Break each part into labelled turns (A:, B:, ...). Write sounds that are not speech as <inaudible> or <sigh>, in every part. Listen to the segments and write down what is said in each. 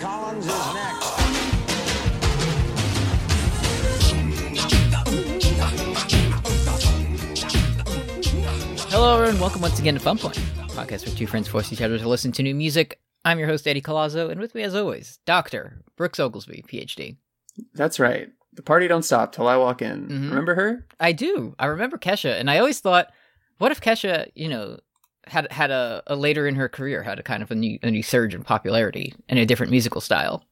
A: Collins is next.
B: Hello, everyone. Welcome once again to Fun Point, a podcast where two friends force each other to listen to new music. I'm your host, Eddie Colazzo, and with me, as always, Dr. Brooks Oglesby, PhD.
C: That's right. The party don't stop till I walk in.
B: Mhm.
C: Remember her?
B: I do. I remember Kesha, and I always thought, what if Kesha, you know, had had a, a later in her career had a kind of a new, a new surge in popularity and a different musical style?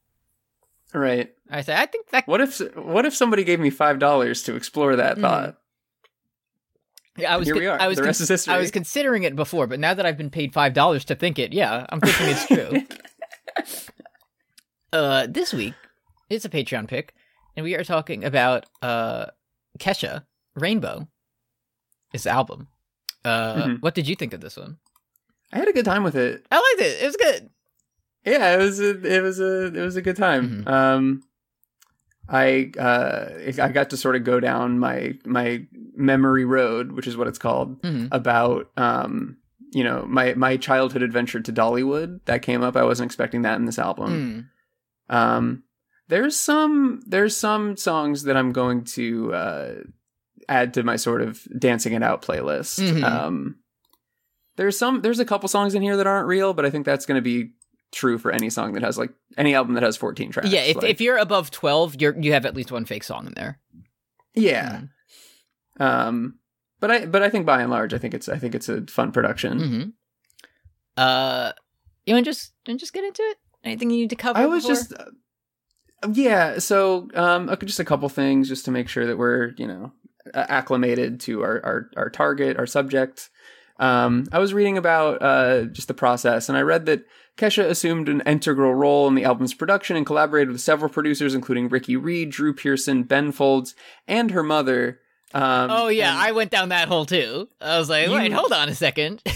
C: Right.
B: I say, I think that
C: What if what if somebody gave me five dollars to explore that
B: Mhm.
C: thought?
B: I was
C: Here we are.
B: I was
C: the rest is history.
B: I was considering it before, but now that I've been paid five dollars to think it, yeah, I'm thinking it's true. <laughs> uh, this week it's a Patreon pick, and we are talking about uh, Kesha Rainbow, his album. Uh,
C: Mhm.
B: What did you think of this one?
C: I had a good time with it.
B: I liked it. It was good.
C: Yeah, it was a, it was a it was a good
B: Mm-hmm.
C: time. Um, I uh, I got to sort of go down my my memory road, which is what it's called,
B: Mhm.
C: about um, you know my my childhood adventure to Dollywood that came up. I wasn't expecting that in this album.
B: Mm.
C: Um, there's some there's some songs that I'm going to uh, add to my sort of dancing it out playlist.
B: Mhm.
C: Um, there's some there's a couple songs in here that aren't real, but I think that's going to be true for any song that has like any album that has 14 tracks.
B: Yeah, if,
C: Like,
B: if you're above twelve, you're you have at least one fake song in there.
C: yeah.
B: Mm-hmm.
C: Um, but I but I think by and large, I think it's I think it's a fun production.
B: Mm-hmm. Uh, you want to just you wanna just get into it? Anything you need to cover?
C: I was
B: before?
C: just uh, yeah. So um, okay, just a couple things just to make sure that we're you know a- acclimated to our our, our target, our subject. Um, I was reading about uh, just the process, and I read that Kesha assumed an integral role in the album's production and collaborated with several producers, including Ricky Reed, Drew Pearson, Ben Folds, and her mother. Um,
B: Oh yeah,
C: and-
B: I went down that hole too. I was like,
C: You-
B: wait, hold on a second.
C: <laughs>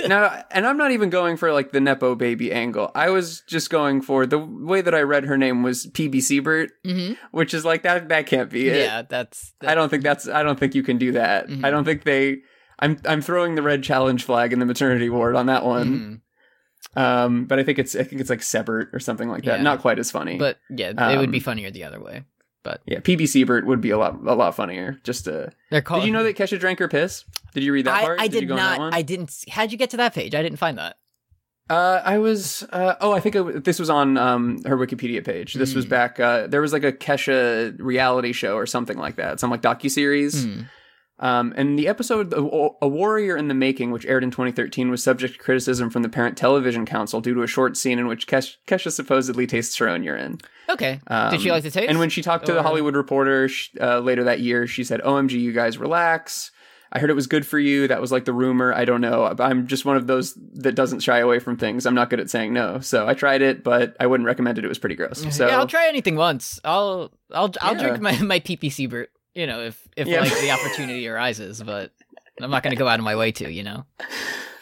B: <laughs>
C: now and i'm not even going for like the nepo baby angle i was just going for the way that i read her name was pb siebert
B: Mhm.
C: which is like that that can't be
B: yeah.
C: it
B: that's.
C: i don't think that's i don't think you can do that
B: Mhm.
C: i don't think they i'm i'm throwing the red challenge flag in the maternity ward on that one
B: Mhm.
C: um but i think it's i think it's like sebert or something like that
B: Yeah.
C: not quite as funny
B: But yeah, it would be
C: Um,
B: funnier the other way.
C: yeah pb siebert would be a lot a lot funnier just uh
B: They're called.
C: did you know that kesha drank her piss did you read that
B: I,
C: part
B: I
C: you
B: did
C: go on that one?
B: not. I didn't. see- How'd you get to that page? I didn't find that.
C: Uh, I was. Uh, oh, I think I, this was on um, her Wikipedia page. This was
B: Mm.
C: back. Uh, there was like a Kesha reality show or something like that, some like docu series.
B: Mm.
C: Um, and the episode "A- "A Warrior in the Making," which aired in 2013, was subject to criticism from the Parent Television Council due to a short scene in which Kesha, Kesha supposedly tastes her own urine.
B: Okay.
C: Um,
B: Did she like the taste?
C: And when she talked to
B: Or-
C: the Hollywood Reporter sh- uh, later that year, she said, "OMG, you guys relax. I heard it was good for you. That was like the rumor. I don't know. I'm just one of those that doesn't shy away from things. I'm not good at saying no. So I tried it, but I wouldn't recommend it. It was pretty gross. So
B: Mm. yeah, I'll try anything once. I'll I'll I'll
C: Yeah.
B: drink my my PP Siebert. You know, if if
C: Yeah.
B: like the opportunity arises, but I'm not going to go out of my way to. You know.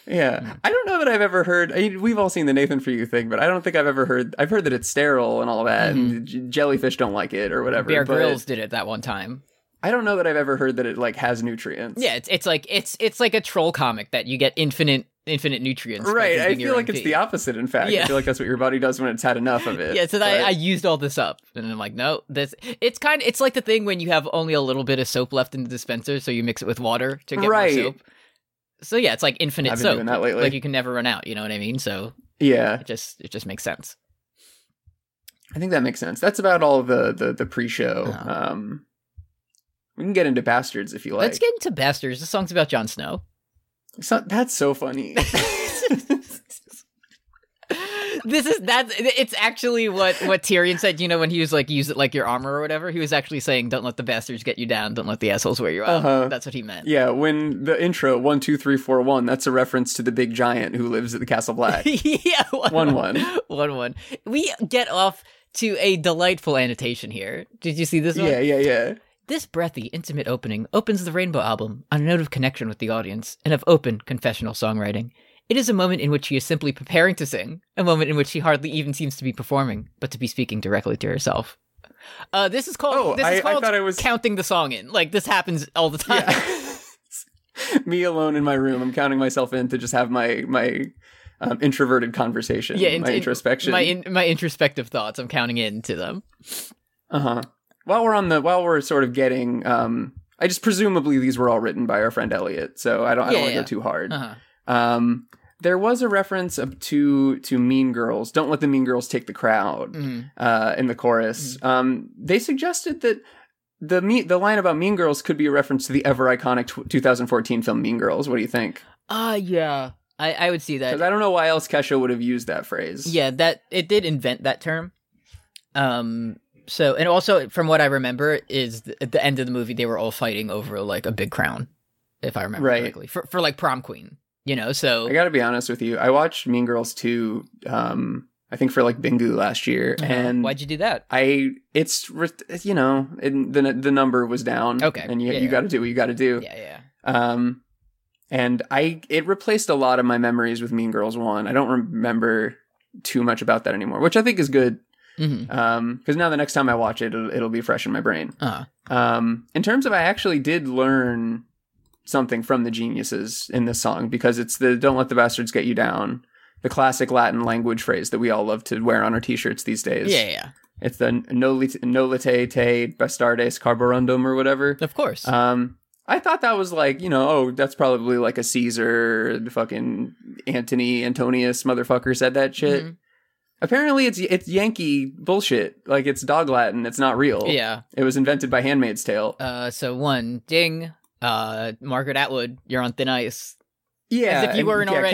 C: yeah.
B: Mm.
C: I don't know that I've ever heard. I mean, we've all seen the Nathan for You thing, but I don't think I've ever heard. I've heard that it's sterile and all that, and j- jellyfish don't like it or <laughs> whatever.
B: Mm-hmm. Bear
C: but
B: Grylls did it that one time.
C: I don't know that I've ever heard that it like has nutrients.
B: Yeah, it's it's like it's it's like a troll comic that you get infinite infinite nutrients. by
C: Right, I
B: drinking your
C: feel like
B: own
C: it's
B: pee.
C: the opposite. In fact,
B: Yeah.
C: I feel like that's what your body does when it's had enough of it.
B: Yeah, so that
C: But-
B: I, I used all this up, and I'm like, no, this it's kind of it's like the thing when you have only a little bit of soap left in the dispenser, so you mix it with water to get
C: Right.
B: more soap. So yeah, it's like infinite
C: I've been
B: soap.
C: doing that lately.
B: Like you can never run out. You know what I mean? So
C: Yeah,
B: it just it just makes sense.
C: I think that makes sense. That's about all the the, the pre-show.
B: Uh-huh.
C: Um, we can get into bastards if you like.
B: Let's get into bastards. This song's about Jon Snow.
C: So- that's
B: <laughs>
C: so funny.
B: This is that's it's actually what what Tyrion said. You know when he was like use it like your armor or whatever. He was actually saying, "Don't let the bastards get you down. Don't let the assholes wear you out."
C: Uh-huh.
B: That's what he meant.
C: yeah, when the intro one two three four one, that's a reference to the big giant who lives at the Castle Black.
B: <laughs> yeah, one
C: One, one.
B: one one. We get off to a delightful annotation here. Did you see this one?
C: yeah, yeah, yeah.
B: This breathy, intimate opening opens the Rainbow album on a note of connection with the audience and of open, confessional songwriting. It is a moment in which she is simply preparing to sing, a moment in which she hardly even seems to be performing, but to be speaking directly to herself. Uh, this is called.
C: Oh,
B: this
C: I-
B: is
C: I
B: called
C: thought I was-
B: counting the song in. Like this happens all the time. <laughs>
C: <laughs> Yeah. Me alone in my room, I'm counting myself in to just have my my um, introverted conversation.
B: Yeah, in-
C: my
B: in-
C: introspection.
B: My in, my introspective thoughts. I'm counting into them.
C: uh huh. While we're on the while we're sort of getting, um, I just presumably these were all written by our friend Elliot, so I don't I
B: Yeah,
C: don't want to
B: yeah.
C: go too hard.
B: Uh-huh.
C: Um, there was a reference up to to Mean Girls. Don't let the Mean Girls take the crowd.
B: Mhm.
C: uh, in the chorus.
B: Mm.
C: Um, they suggested that the me- the line about Mean Girls could be a reference to the ever iconic tw 2014 film Mean Girls. What do you think?
B: Ah, yeah. I, I would see
C: Because
B: that.
C: I don't know why else Kesha would have used that phrase.
B: Uh, Yeah, that it did invent that term. Um. So, and also from what I remember, is th- at the end of the movie they were all fighting over like a big crown, if I remember
C: Right.
B: correctly, for for like prom queen. You know, so
C: I got to be honest with you. I watched Mean Girls 2, um, I think for like Bingu last year,
B: Uh-huh.
C: and
B: why'd you do that?
C: I it's re- you know it, the the number was down.
B: Okay.
C: and you
B: Yeah,
C: you
B: yeah.
C: got to do what you got to do.
B: Yeah, yeah.
C: Um, and I it replaced a lot of my memories with Mean Girls One. I don't remember too much about that anymore, which I think is good
B: Mm-hmm.
C: because now the next time I watch it, it'll, it'll be fresh in my brain.
B: Uh,
C: Um, in terms of, I actually did learn something from the geniuses in this song because it's the "Don't let the bastards get you down," the classic Latin language phrase that we all love to wear on our T-shirts these
B: yeah,
C: days.
B: yeah, yeah.
C: It's the "Nolite nolite te bastardes carborundum" or whatever.
B: Of course.
C: Um, I thought that was like, you know, oh, that's probably like a Caesar, the fucking Antony Antonius motherfucker said that shit.
B: Mhm.
C: Apparently, it's it's Yankee bullshit. Like it's dog Latin. It's not real.
B: Yeah.
C: it was invented by Handmaid's Tale.
B: Uh, so one ding. Uh, Margaret Atwood, you're on thin ice. As
C: yeah,
B: if you
C: and-
B: weren't
C: yeah,
B: already.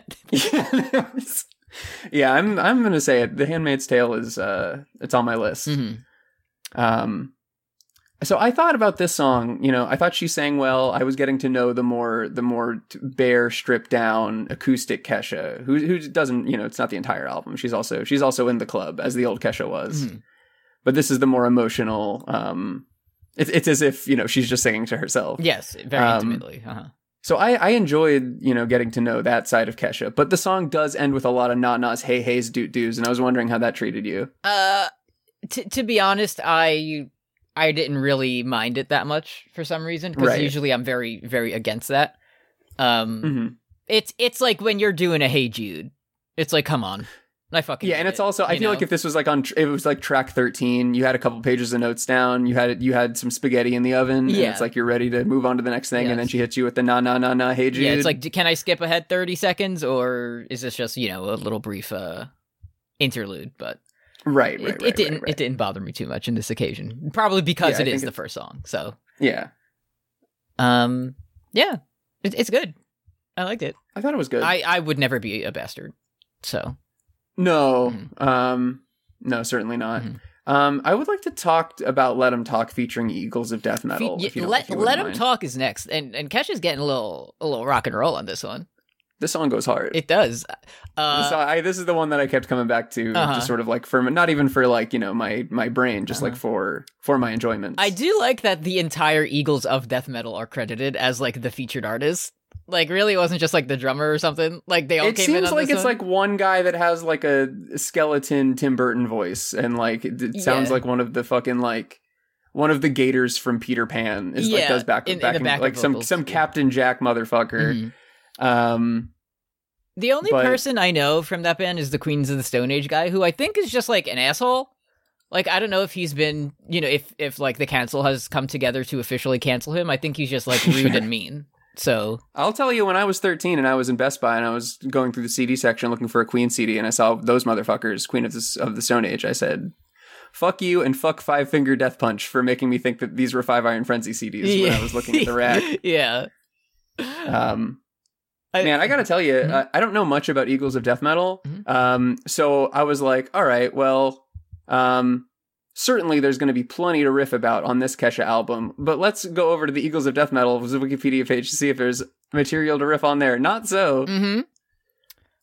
B: <laughs>
C: yeah, that was- <laughs> yeah, I'm I'm gonna say it. The Handmaid's Tale is uh, it's on my list.
B: hmm
C: Um, so I thought about this song. You know, I thought she sang well. I was getting to know the more the more t- bare, stripped down acoustic Kesha, who who doesn't. You know, it's not the entire album. She's also she's also in the club as the old Kesha was.
B: Mhm.
C: But this is the more emotional. Um, it's it's as if you know she's just singing to herself.
B: Yes, very
C: Um,
B: intimately. Uh-huh.
C: So I I enjoyed you know getting to know that side of Kesha. But the song does end with a lot of na nas, hey hey's, doot doos, and I was wondering how that treated you.
B: Uh, t- to be honest, I I didn't really mind it that much for some reason because
C: Right.
B: usually I'm very very against that. Um,
C: hmm
B: it's it's like when you're doing a Hey Jude, it's like come on, I fucking
C: yeah and
B: get
C: it's
B: it,
C: also i
B: you
C: feel like
B: know?
C: if this was like on tr- if it was like track 13 you had a couple pages of notes down you had you had some spaghetti in the oven and
B: Yeah.
C: it's like you're ready to move on to the next thing and then
B: Yes.
C: she hits you with the na na na na hey Jude.
B: yeah, it's like d- can I skip ahead thirty seconds or is this just you know a little brief uh interlude? But
C: right right,
B: it,
C: right,
B: it
C: right,
B: didn't
C: right.
B: it didn't bother me too much in this occasion, probably because
C: Yeah,
B: it
C: I
B: is
C: think
B: the first song. So
C: yeah
B: um, yeah, it, it's good. I liked it.
C: i thought it was good
B: I, I would never be a bastard. So
C: no
B: Mhm.
C: um no certainly not
B: Mhm.
C: um i would like to talk about let 'em talk featuring eagles of death metal
B: Fe-
C: if you don't-
B: let
C: if you wouldn't
B: let him
C: mind.
B: talk is next, and and Kesha's getting a little a little rock and roll on this one.
C: this song goes hard
B: It does. Uh,
C: this, I, this is the one that I kept coming back to,
B: Uh-huh.
C: just sort of like for not even for like you know my my brain, just like for for my enjoyment.
B: I do like that the entire Eagles of death metal are credited as like the featured artist. Like, really, it wasn't just like the drummer or something. Like they all
C: it
B: came
C: seems
B: in on
C: like
B: this
C: it's
B: one.
C: like one guy that has like a skeleton Tim Burton voice, and like it, it sounds
B: Yeah.
C: like one of the fucking like one of the gators from Peter Pan is like
B: Yeah,
C: does back,
B: in- in
C: back,
B: the backup
C: like some
B: vocals,
C: some
B: yeah.
C: Captain Jack motherfucker.
B: Mhm.
C: Um,
B: the only
C: but-
B: person I know from that band is the Queens of the Stone Age guy, who I think is just like an asshole. Like I don't know if he's been, you know, if if like the cancel has come together to officially cancel him. I think he's just
C: <laughs>
B: like rude and mean. So
C: I'll tell you, when I was thirteen and I was in Best Buy and I was going through the CD section looking for a Queen CD, and I saw those motherfuckers, Queen of the of the Stone Age. I said. Fuck you and fuck Five Finger Death Punch for making me think that these were Five Iron Frenzy CDs
B: <laughs>
C: when I was looking at the rack.
B: yeah.
C: Um,
B: I-
C: Man, I gotta tell you,
B: Mhm.
C: I, I don't know much about Eagles of Death Metal.
B: Mhm.
C: Um, so I was like, all right, well, um, certainly there's gonna be plenty to riff about on this Kesha album, but let's go over to the Eagles of Death Metal's Wikipedia page to see if there's material to riff on there. Not so.
B: Mhm.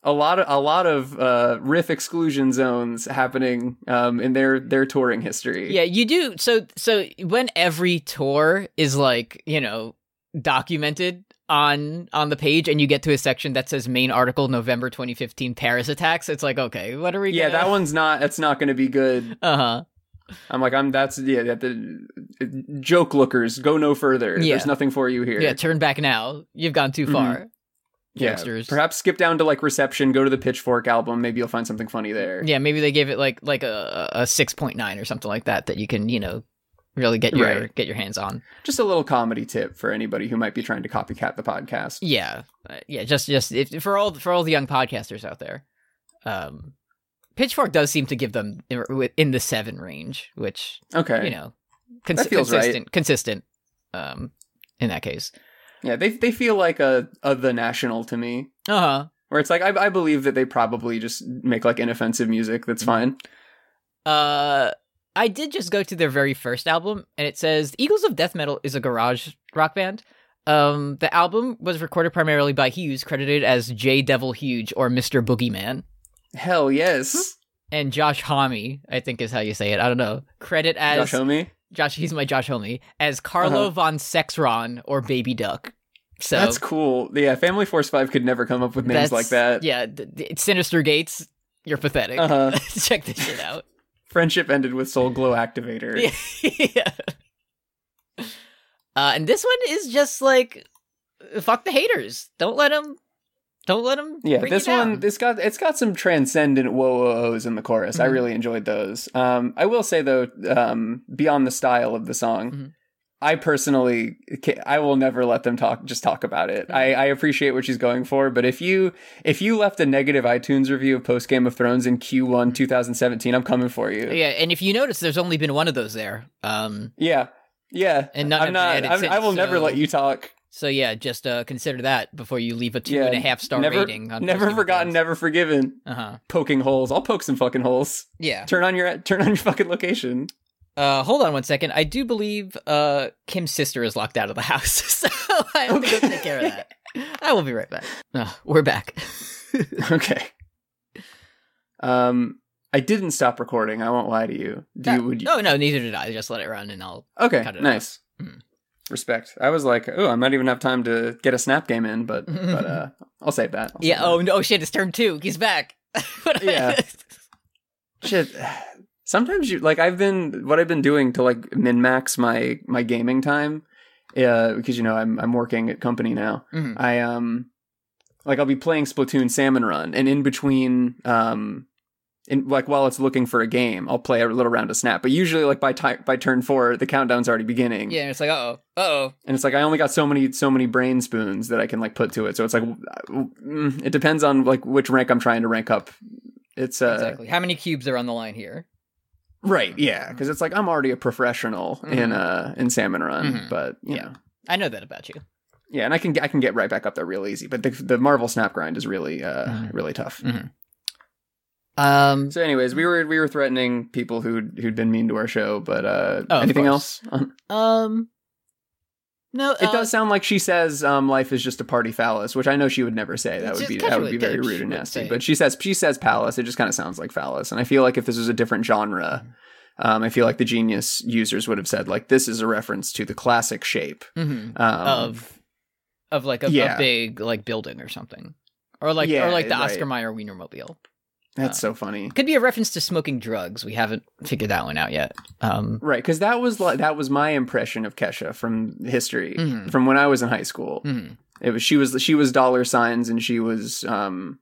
C: A lot of a lot of uh, riff exclusion zones happening um, in their their touring history.
B: Yeah, you do. So so when every tour is like, you know, documented on on the page and you get to a section that says main article November 2015 Paris attacks, it's like, okay, what are we
C: Yeah,
B: gonna-
C: that one's not. That's not going to be good.
B: Uh-huh.
C: I'm like, I'm. That's yeah. That the joke lookers go no further.
B: Yeah.
C: There's nothing for you here.
B: Yeah, turn back now. You've gone too
C: Mhm.
B: far. youngsters.
C: Yeah, perhaps skip down to like reception, go to the Pitchfork album. Maybe you'll find something funny there.
B: Yeah, maybe they gave it like like a a six point nine or something like that that you can you know really get your
C: Right.
B: get your hands on.
C: Just a little comedy tip for anybody who might be trying to copycat the podcast.
B: Yeah, Uh, yeah. Just just if, for all for all the young podcasters out there, um, Pitchfork does seem to give them in, in the seven range, which
C: Okay.
B: you know cons-
C: That feels right.
B: consistent consistent. Um, in that case,
C: Yeah, they they feel like a, a the national to me.
B: uh huh.
C: Where it's like I, I believe that they probably just make like inoffensive music that's
B: Mm-hmm.
C: fine.
B: Uh, I did just go to their very first album, and it says the Eagles of Death Metal is a garage rock band. Um, the album was recorded primarily by Hughes, credited as J Devil Huge or Mr. Boogeyman,
C: Hell yes.
B: and Josh Homme, I think is how you say it. I don't know. Credit as
C: Josh Homie.
B: Josh he's my Josh Homme as Carlo
C: Uh-huh.
B: von Sexron or Baby Duck. So
C: That's cool. Yeah, Family Force 5 could never come up with names
B: that's-
C: like that.
B: Yeah, th- th- it's Sinister Gates. You're pathetic.
C: Uh-huh.
B: <laughs> Check this shit out.
C: Friendship ended with Soul Glow Activator.
B: Yeah. <laughs> yeah. Uh, and this one is just like, fuck the haters. Don't let them. Don't let them.
C: Yeah, this one it's got it's got some transcendent whoa whoa ohs in the chorus. I
B: Mhm.
C: really enjoyed those. Um, I will say though, um, beyond the style of the song,
B: Mhm.
C: I personally ca- I will never let them talk just talk about it. I, I appreciate what she's going for, but if you if you left a negative iTunes review of post Game of Thrones in Q1 2017, I'm coming for you.
B: Yeah, and if you notice, there's only been one of those there. Um,
C: yeah, yeah.
B: and none
C: I'm
B: have
C: not.
B: been added
C: I'm,
B: since,
C: I will never
B: so-
C: let you talk.
B: So yeah, just uh, consider that before you leave a two
C: Yeah,
B: and a half star
C: never,
B: rating. On
C: never forgotten, never forgiven.
B: Uh huh.
C: Poking holes. I'll poke some fucking holes.
B: Yeah.
C: Turn on your turn on your fucking
B: <laughs>
C: location.
B: Uh, hold on one second. I do believe uh, Kim's sister is locked out of the <laughs> house, so I have to go
C: Okay.
B: take care of that.
C: <laughs>
B: I will be right back. Uh, we're back.
C: okay. Um, I didn't stop recording. I won't lie to you. Do you? Would you?
B: Oh, No, no, neither did I. Just let it run, and I'll
C: okay,
B: cut it
C: nice.
B: Mm.
C: Respect. I was like, oh, I might even have time to get a snap game in, but but
B: <laughs>
C: uh, I'll save that. I'll
B: Yeah.
C: save
B: Oh no! Shit, it's turn two. He's back. <laughs> What- <laughs>
C: Yeah. that. shit.
B: oh.
C: Sometimes you like I've been what I've been doing to like min max my my gaming time, uh, because you know I'm I'm working at company now.
B: Mhm.
C: I um like I'll be playing Splatoon Salmon Run and in between um in like while it's looking for a game, I'll play a little round of Snap. But usually like by ti by turn 4, the countdown's already beginning.
B: Yeah. It's like, oh, oh,
C: And it's like I only got so many so many brain spoons that I can like put to it. So it's like mm, it depends on like which rank I'm trying to rank up. It's uh
B: exactly. How many cubes are on the line here?
C: right, yeah, cuz it's like I'm already a professional
B: Mhm.
C: in uh in Salmon Run,
B: Mhm.
C: but you
B: Yeah.
C: know.
B: I know that about you.
C: Yeah, and I can I can get right back up there real easy, but the the Marvel snap grind is really uh
B: Mhm.
C: really tough.
B: Um.
C: So, anyways, we were we were threatening people who'd who'd been mean to our show, but uh,
B: Oh, of
C: anything else?
B: course. Um. No. uh,
C: It does sound like she says um, life is just a party phallus, which I know she would never say. That
B: It's
C: would
B: just
C: be that would be
B: Catchwood
C: very
B: Ditch
C: rude and
B: would
C: nasty.
B: say.
C: But she says she says palace. It just kind of sounds like phallus, and I feel like if this was a different genre. Um, I feel like the genius users would have said like this is a reference to the classic shape
B: hmm
C: um,
B: of of like a, a
C: yeah.
B: big like building or something, or like
C: Yeah,
B: or like the
C: right.
B: Oscar Mayer Wienermobile. uh,
C: That's so funny,
B: Could be a reference to smoking drugs. We haven't figured that one out yet. Um.
C: right? Because that was li- that was my impression of Kesha from history,
B: Mhm.
C: from when I was in high school.
B: mhm.
C: It was she was she was dollar signs and she was um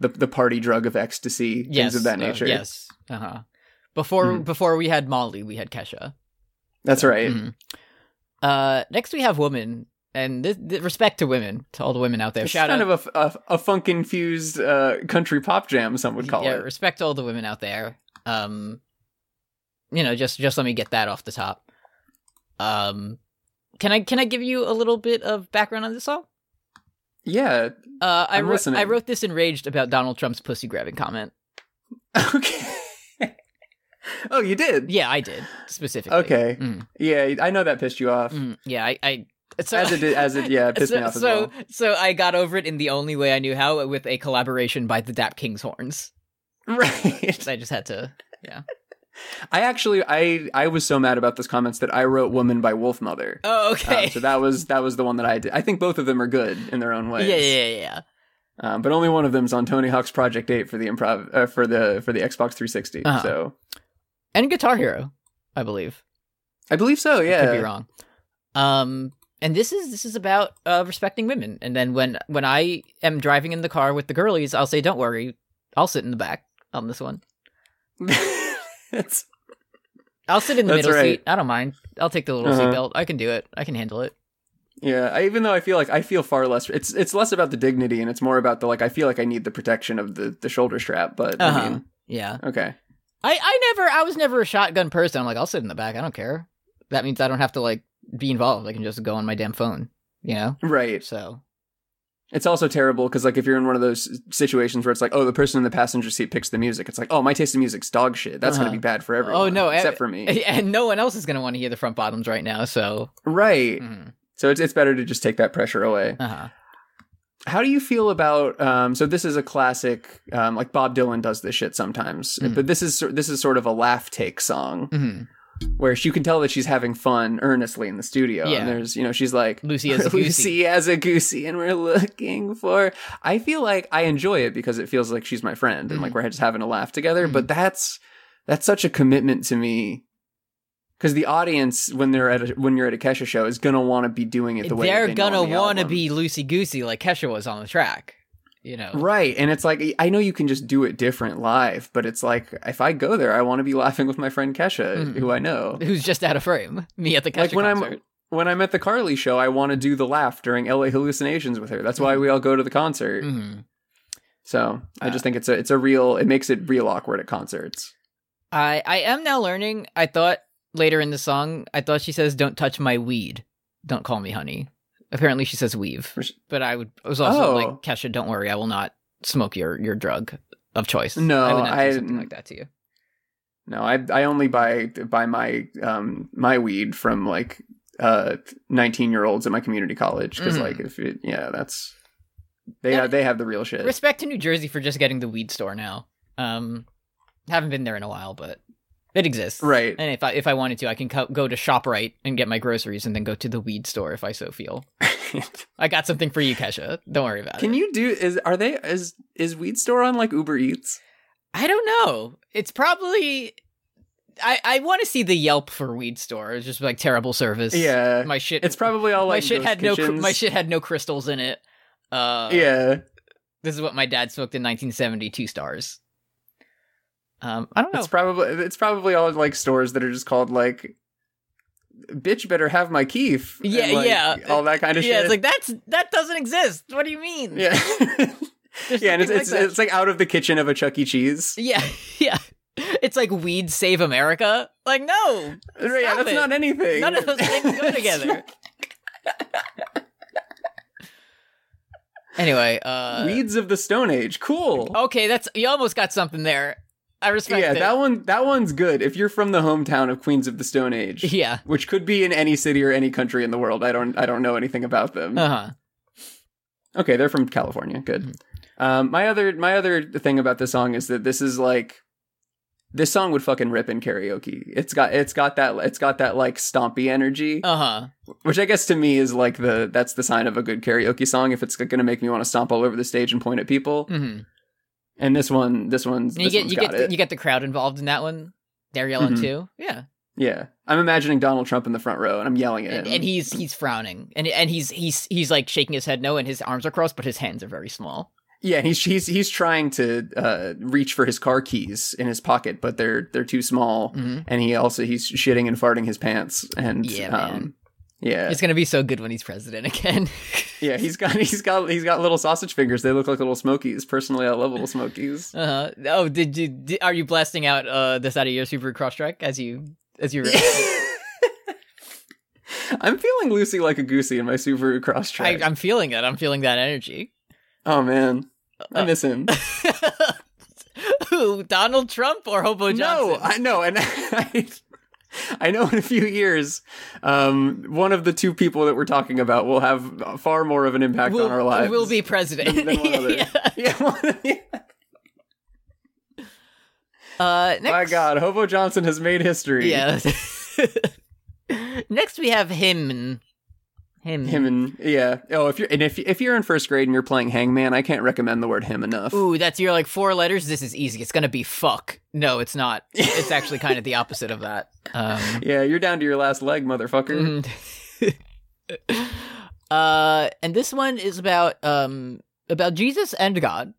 C: the the party drug of ecstasy
B: Yes.
C: things of that
B: uh,
C: nature.
B: yes. Uh huh. Before
C: Mhm.
B: before we had Molly, we had Kesha.
C: That's right.
B: Mhm. Uh, next we have women, and this, th respect to women, to all the women out there.
C: It's
B: Shout
C: kind
B: out,
C: of a, f- a, a funk infused uh, country pop jam. Some would call
B: yeah,
C: it.
B: respect to all the women out there. Um, you know, just just let me get that off the top. Um, can I can I give you a little bit of background on this song?
C: Yeah. <laughs>
B: Uh, I
C: I'm
B: wrote
C: listening.
B: I wrote this enraged about Donald Trump's pussy grabbing comment.
C: Okay. <laughs> oh, you did.
B: Yeah, I did specifically.
C: Okay.
B: Mm,
C: Yeah, I know that pissed you off.
B: mm, yeah, I. I so,
C: As it did, as it yeah it pissed
B: <laughs> so,
C: me off as
B: so,
C: well.
B: so I got over it in the only way I knew how, with a collaboration by the Dap Kings Horns.
C: <laughs> Right.
B: I just had to.
C: I actually I I was so mad about those comments that I wrote "Woman" by Wolf Mother.
B: Oh,
C: Um,
B: okay.
C: so that was that was the one that I did. I think both of them are good in their own ways.
B: yeah, yeah, yeah, yeah.
C: Um, but only one of them's on Tony Hawk's Project Eight for the improv uh, for the for the Xbox 360.
B: Uh-huh.
C: So
B: And Guitar Hero, I believe.
C: I believe so.
B: I
C: Yeah,
B: Could be wrong. Um, and this is this is about uh, respecting women. And then when when I am driving in the car with the girlies, I'll say, "Don't worry, I'll sit in the back on this one.
C: <laughs> That's
B: I'll sit in the
C: That's
B: middle
C: right.
B: seat. I don't mind. I'll take the little
C: Uh-huh.
B: seatbelt. I can do it. I can handle it."
C: yeah. I, even though I feel like I feel far less. It's it's less about the dignity and it's more about the like. I feel like I need the protection of the the shoulder strap. But I
B: Uh-huh.
C: mean,
B: Yeah,
C: okay.
B: I I never I was never a shotgun person. I'm like, I'll sit in the back. I don't care. That means I don't have to like be involved. I can just go on my damn phone. You know.
C: Right.
B: So
C: It's also terrible because like if you're in one of those situations where it's like, oh, the person in the passenger seat picks the music. It's like, oh, my taste in music's dog shit. That's
B: Uh-huh.
C: gonna be bad for everyone.
B: no, eh, I-
C: except for me.
B: <laughs> and no one else is gonna want to hear the front bottoms right now. So
C: right.
B: mm,
C: So it's it's better to just take that pressure away.
B: uh-huh.
C: How do you feel about? Um, so this is a classic. Um, like Bob Dylan does this shit sometimes,
B: Mm.
C: but this is sor- this is sort of a laugh take song.
B: Mhm.
C: where she can tell that she's having fun earnestly in the studio.
B: Yeah.
C: And there's, you know, she's like,
B: Lucy
C: <laughs>
B: has a goosey.
C: Lucy as a goosey, and we're looking for. I feel like I enjoy it because it feels like she's my friend and
B: Hmm.
C: like we're just having a laugh together. But that's that's such a commitment to me because the audience when they're at a, when you're at a Kesha show is gonna want to be doing it the way that
B: They're
C: they know on
B: gonna
C: the
B: want to
C: album.
B: be loosey goosey like Kesha was on the track. You know.
C: Right. And it's like, I know you can just do it different live, but it's like, if I go there, I want to be laughing with my friend Kesha,
B: Mhm.
C: who I know.
B: Who's just out of frame? <laughs> Me at the <laughs> Kesha
C: like when
B: concert.
C: I'm <laughs> when I'm at the Carly show, I want to do the laugh during LA hallucinations with her. That's why
B: Hmm.
C: we all go to the concert.
B: Mhm.
C: So I
B: Uh,
C: just think it's a it's a real it makes it real awkward at concerts.
B: I I am now learning. I thought later in the song, I thought she says, "Don't touch my weed. Don't call me honey." Apparently, she says weave,
C: Res-
B: but I would I was also
C: Oh.
B: like Kesha, don't worry, I will not smoke your your drug of choice.
C: No,
B: I would not do
C: I-
B: something like that to you.
C: No, I I only buy buy my um my weed from like uh 19 year olds at my community college because
B: Mhm.
C: like if it, yeah that's they
B: Yeah.
C: have, they have the real shit.
B: Respect to New Jersey for just getting the weed store now. Um, haven't been there in a while, but it exists,
C: Right.
B: And if I if I wanted to, I can co- go to Shoprite and get my groceries, and then go to the weed store if I so feel.
C: <laughs>
B: I got something for you, Kesha. Don't worry about it.
C: Can you do is are they is is weed store on like Uber Eats?
B: I don't know. It's probably. I I want to see the Yelp for weed store. It's just like terrible service.
C: Yeah.
B: my shit.
C: It's probably all
B: my
C: like
B: shit
C: ghost
B: had no cr-
C: kitchens.
B: my shit had no crystals in it. Uh,
C: Yeah.
B: this is what my dad smoked in 1970. Two stars. Um, I don't know.
C: It's probably it's probably all like stores that are just called like bitch better have my keef. and,
B: Yeah,
C: like,
B: yeah.
C: All that kind of
B: yeah,
C: shit.
B: it's like that's that doesn't exist. What do you mean?
C: yeah.
B: <laughs> There's
C: <laughs> yeah, and
B: nothing
C: it's
B: like
C: it's,
B: that.
C: it's like out of the kitchen of a Chuck E. Cheese.
B: yeah, <laughs> yeah. It's like weed save America. Like no,
C: yeah,
B: Stop
C: that's
B: it.
C: not anything.
B: none of those things
C: <laughs>
B: go together. anyway, uh,
C: Weeds of the Stone Age. Cool.
B: Okay, that's you almost got something there. I respect
C: yeah,
B: it.
C: that one that one's good. If you're from the hometown of Queens of the Stone Age.
B: <laughs> yeah.
C: Which could be in any city or any country in the world. I don't I don't know anything about them.
B: Uh huh.
C: Okay, they're from California. Good.
B: Mm-hmm.
C: Um, my other my other thing about this song is that this is like this song would fucking rip in karaoke. It's got it's got that it's got that like stompy energy,
B: Uh huh.
C: which I guess to me is like the that's the sign of a good karaoke song if it's going to make me want to stomp all over the stage and point at people.
B: hmm
C: And this one this one's
B: You
C: this
B: get
C: one's
B: you
C: got
B: get
C: it.
B: you get the crowd involved in that one. They're yelling
C: Mhm.
B: too. Yeah,
C: yeah. I'm imagining Donald Trump in the front row and I'm yelling at
B: and,
C: him.
B: and he's he's frowning and and he's he's he's like shaking his head no, and his arms are crossed, but his hands are very small.
C: Yeah, he's he's he's trying to uh, reach for his car keys in his pocket, but they're they're too small,
B: hmm
C: and he also he's shitting and farting his pants, and
B: Yeah, man.
C: um, yeah,
B: It's gonna be so good when he's president again. <laughs>
C: yeah, he's got <laughs> he's got he's got little sausage fingers. They look like little smokies. Personally, I love
B: <laughs>
C: little smokies.
B: uh huh. Oh, did you did, are you blasting out uh this out of your super cross track as you as you?
C: I'm feeling Lucy like a goosey in my Subaru
B: I,
C: Crosstrack.
B: I'm feeling that. I'm feeling that energy. <laughs>
C: oh man,
B: Uh,
C: I miss him.
B: Who? Donald Trump or Hobo Johnson?
C: No, I know, and <laughs> I, I know in a few years, um, one of the two people that we're talking about will have far more of an impact
B: will,
C: on our lives.
B: will be president.
C: than one other.
B: <laughs> Yeah.
C: Yeah, one- yeah.
B: Uh, next,
C: My God, Hobo Johnson has made history.
B: Yeah. <laughs> next we have him. Him.
C: Him and yeah. Oh, if you're and if if you're in first grade and you're playing Hangman, I can't recommend the word him enough.
B: Ooh, that's your like four letters. This is easy. It's gonna be fuck. No, it's not. It's actually kind of the opposite of that. Um, Mm-hmm.
C: Yeah, you're down to your last leg, motherfucker.
B: mm.
C: Mm-hmm.
B: <laughs> uh, and this one is about um about Jesus and God,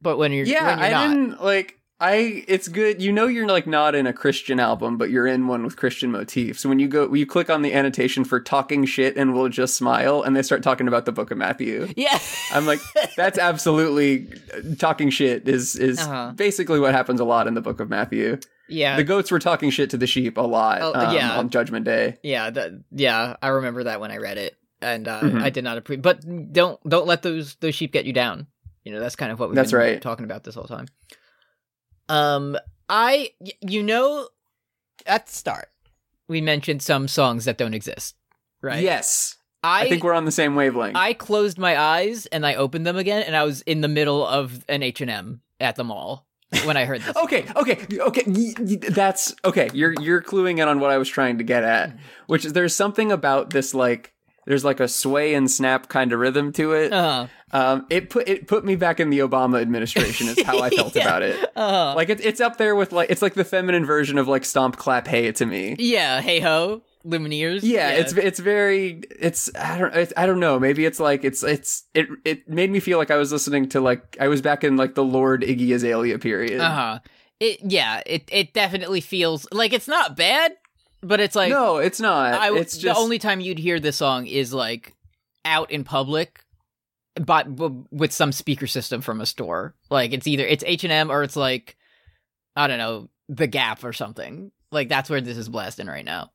B: but when you're
C: yeah,
B: when you're
C: I
B: not.
C: didn't like. I it's good. You know, you're like not in a Christian album, but you're in one with Christian motifs. When you go, you click on the annotation for "talking shit" and we'll just smile, and they start talking about the Book of Matthew.
B: <laughs> Yeah, <laughs>
C: I'm like, that's absolutely uh, talking shit. Is is
B: Uh-huh.
C: basically what happens a lot in the Book of Matthew.
B: yeah,
C: The goats were talking shit to the sheep a lot
B: Uh, Oh,
C: um,
B: yeah.
C: on Judgment Day.
B: yeah, that, yeah. I remember that when I read it, and uh,
C: Mhm.
B: I did not approve. But don't don't let those those sheep get you down. You know, that's kind of what we've
C: That's
B: been
C: right.
B: talking about this whole time. Um, I y- you know, at the start we mentioned some songs that don't exist, right?
C: Yes,
B: I,
C: I, think we're on the same
B: <laughs>
C: wavelength.
B: I closed my eyes and I opened them again, and I was in the middle of an H and M at the mall when I heard
C: <laughs>
B: this.
C: Okay, okay, okay. y- y- That's okay. You're you're cluing in on what I was trying to get
B: Mm.
C: at, which is there's something about this like there's like a sway and snap kind of rhythm to it.
B: Uh,
C: Um, it put it put me back in the Obama administration.
B: <laughs>
C: Is how I felt about it.
B: uh,
C: Like it's it's up there with like it's like the feminine version of like stomp clap hey to me.
B: yeah, hey ho, Lumineers.
C: Yeah, it's it's very it's I don't it's, I don't know maybe it's like it's it's it it made me feel like I was listening to like I was back in like the Lord Iggy Azalea period.
B: uh huh. It yeah, it it definitely feels like it's not bad, but it's like
C: no, it's not.
B: I,
C: it's just
B: the only time you'd hear this song is like out in public, but, but with some speaker system from a store. Like it's either it's H and M or it's like I don't know the Gap or something. Like that's where this is blasting right now.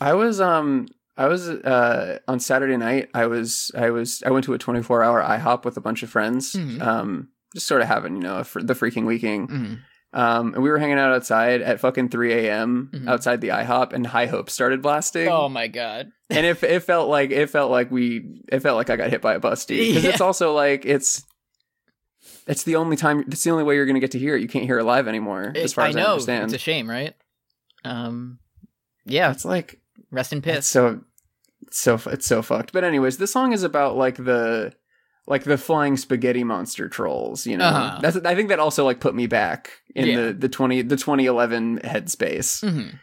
C: I was um I was uh on Saturday night I was I was I went to a 24 hour IHOP with a bunch of friends
B: Mhm.
C: um just sort of having you know a fr- the freaking weeking
B: Mm.
C: um and we were hanging out outside at fucking 3 a.m.
B: Mhm.
C: outside the IHOP and High Hope started blasting
B: Oh my god.
C: and if it felt like it felt like we it felt like I got hit by a bus dude because
B: Yeah.
C: it's also like it's it's the only time it's the only way you're gonna get to hear it you can't hear it live anymore as
B: It-
C: far
B: I
C: as
B: know.
C: I understand
B: It's a shame, right? Um, yeah.
C: it's like
B: Rest in
C: It's
B: piss.
C: so it's so it's so fucked. But anyways, this song is about like the like the flying spaghetti monster trolls. You know,
B: Uh-huh.
C: that's I think that also like put me back in
B: Yeah.
C: the the twenty the twenty eleven headspace
B: Mhm.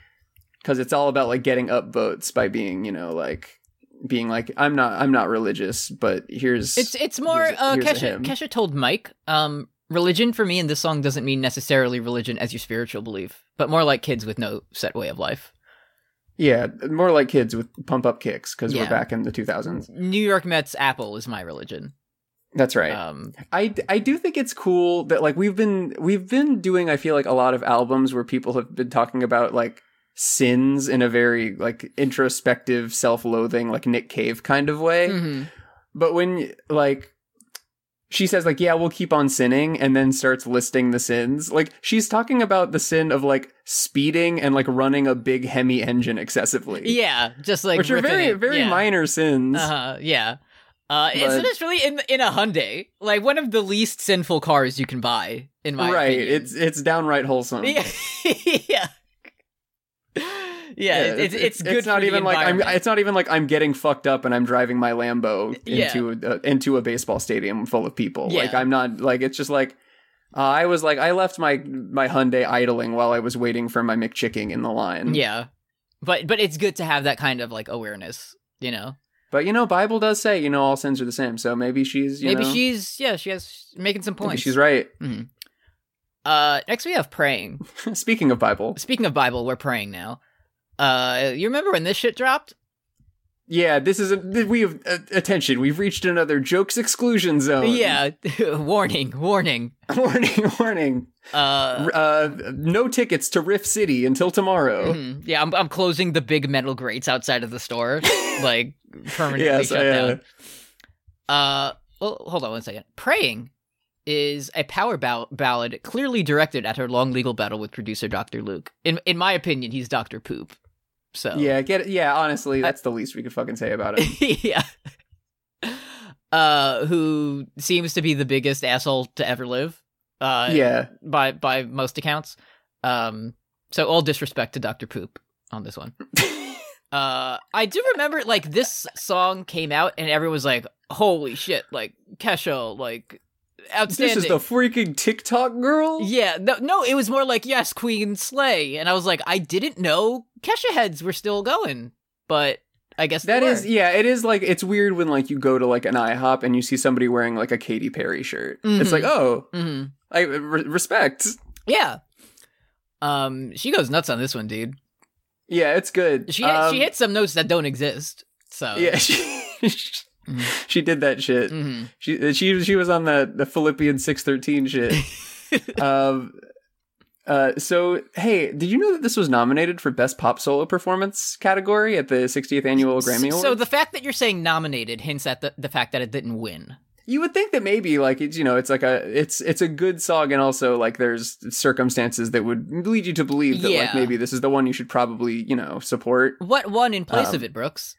C: because it's all about like getting up votes by being you know like being like I'm not I'm not religious, but here's
B: It's it's more.
C: Here's a-
B: uh,
C: here's a
B: Kesha
C: hymn.
B: Kesha told Mike, um, religion for me in this song doesn't mean necessarily religion as your spiritual belief, but more like kids with no set way of life.
C: yeah more like kids with pump up kicks because
B: Yeah.
C: we're back in the 2000s.
B: New York Mets apple is my religion.
C: That's right.
B: Um,
C: I, I do think it's cool that like we've been we've been doing I feel like a lot of albums where people have been talking about like sins in a very like introspective self-loathing like Nick Cave kind of way
B: mhm.
C: but when like she says like yeah we'll keep on sinning and then starts listing the sins like she's talking about the sin of like speeding and like running a big Hemi engine excessively
B: Yeah, just like
C: which are
B: ripping
C: very
B: it.
C: very
B: yeah.
C: minor sins
B: Uh-huh, yeah. Uh, isn't
C: But-
B: this really in in a Hyundai? Like one of the least sinful cars you can buy, in my
C: right
B: opinion.
C: it's it's downright wholesome
B: yeah, <laughs> yeah, yeah. it- It's, it's good.
C: It's not
B: for the
C: even like I'm.
B: environment.
C: It's not even like I'm getting fucked up and I'm driving my Lambo
B: Yeah.
C: into a, into a baseball stadium full of people. Like
B: Yeah.
C: I'm not like it's just like uh, I was like I left my my Hyundai idling while I was waiting for my McChicken in the line.
B: yeah, but but it's good to have that kind of like awareness. You know,
C: But you know, Bible does say you know all sins are the same. So maybe she's you
B: maybe
C: know,
B: she's yeah, she has making some
C: maybe
B: points.
C: she's right. <laughs>
B: Uh, next we have praying.
C: Speaking of Bible,
B: Speaking of Bible, we're praying now. Uh, you remember when this shit dropped?
C: yeah, this is a we have uh, attention. We've reached another jokes exclusion zone.
B: yeah, <laughs> warning, warning.
C: <laughs> warning, warning.
B: Uh,
C: uh, no tickets to Riff City until tomorrow.
B: mhm. yeah, I'm I'm closing the big metal grates outside of the
C: <laughs>
B: store, like permanently
C: Yes,
B: shut
C: I, uh,
B: down. Uh, well, hold on one second. Praying is a power ball- ballad clearly directed at her long legal battle with producer Dr. Luke. In in my opinion, he's Dr. Poop. So
C: Yeah, get it. Yeah, honestly, that's the least we could fucking say about
B: <laughs>
C: it.
B: yeah. Uh, who seems to be the biggest asshole to ever live. Uh,
C: yeah,
B: by by most accounts. Um, so all disrespect to Doctor Poop on this
C: <laughs>
B: one. uh, I do remember like this song came out and everyone was like, "Holy shit!" Like Kesha, like
C: this
B: outstanding.
C: is the freaking TikTok girl.
B: yeah, no, no, it was more like yes, Queen Slay, and I was like, I didn't know Kesha heads were still going, but I guess
C: That
B: they were.
C: is, e- yeah, it is like it's weird when like you go to like an IHOP and you see somebody wearing like a Katy Perry shirt. It's
B: Mhm.
C: like, oh,
B: Mhm.
C: I re- respect.
B: Yeah. Um, she goes nuts on this one, dude.
C: Yeah, it's good.
B: She
C: Um,
B: she hits some notes that don't exist. So
C: Yeah, <laughs> she, she,
B: Mhm.
C: did that shit.
B: Mhm.
C: She uh, she she was on the the Philippians six
B: <laughs>
C: thirteen shit. um, uh, so hey, did you know that this was nominated for best pop solo performance category at the 60th annual Grammy Awards?
B: So the fact that you're saying nominated hints at the, the fact that it didn't win.
C: You would think that maybe like it's you know it's like a it's it's a good song and also like there's circumstances that would lead you to believe that
B: Yeah.
C: like maybe this is the one you should probably you know support.
B: What won in place
C: Um,
B: of it, Brooks?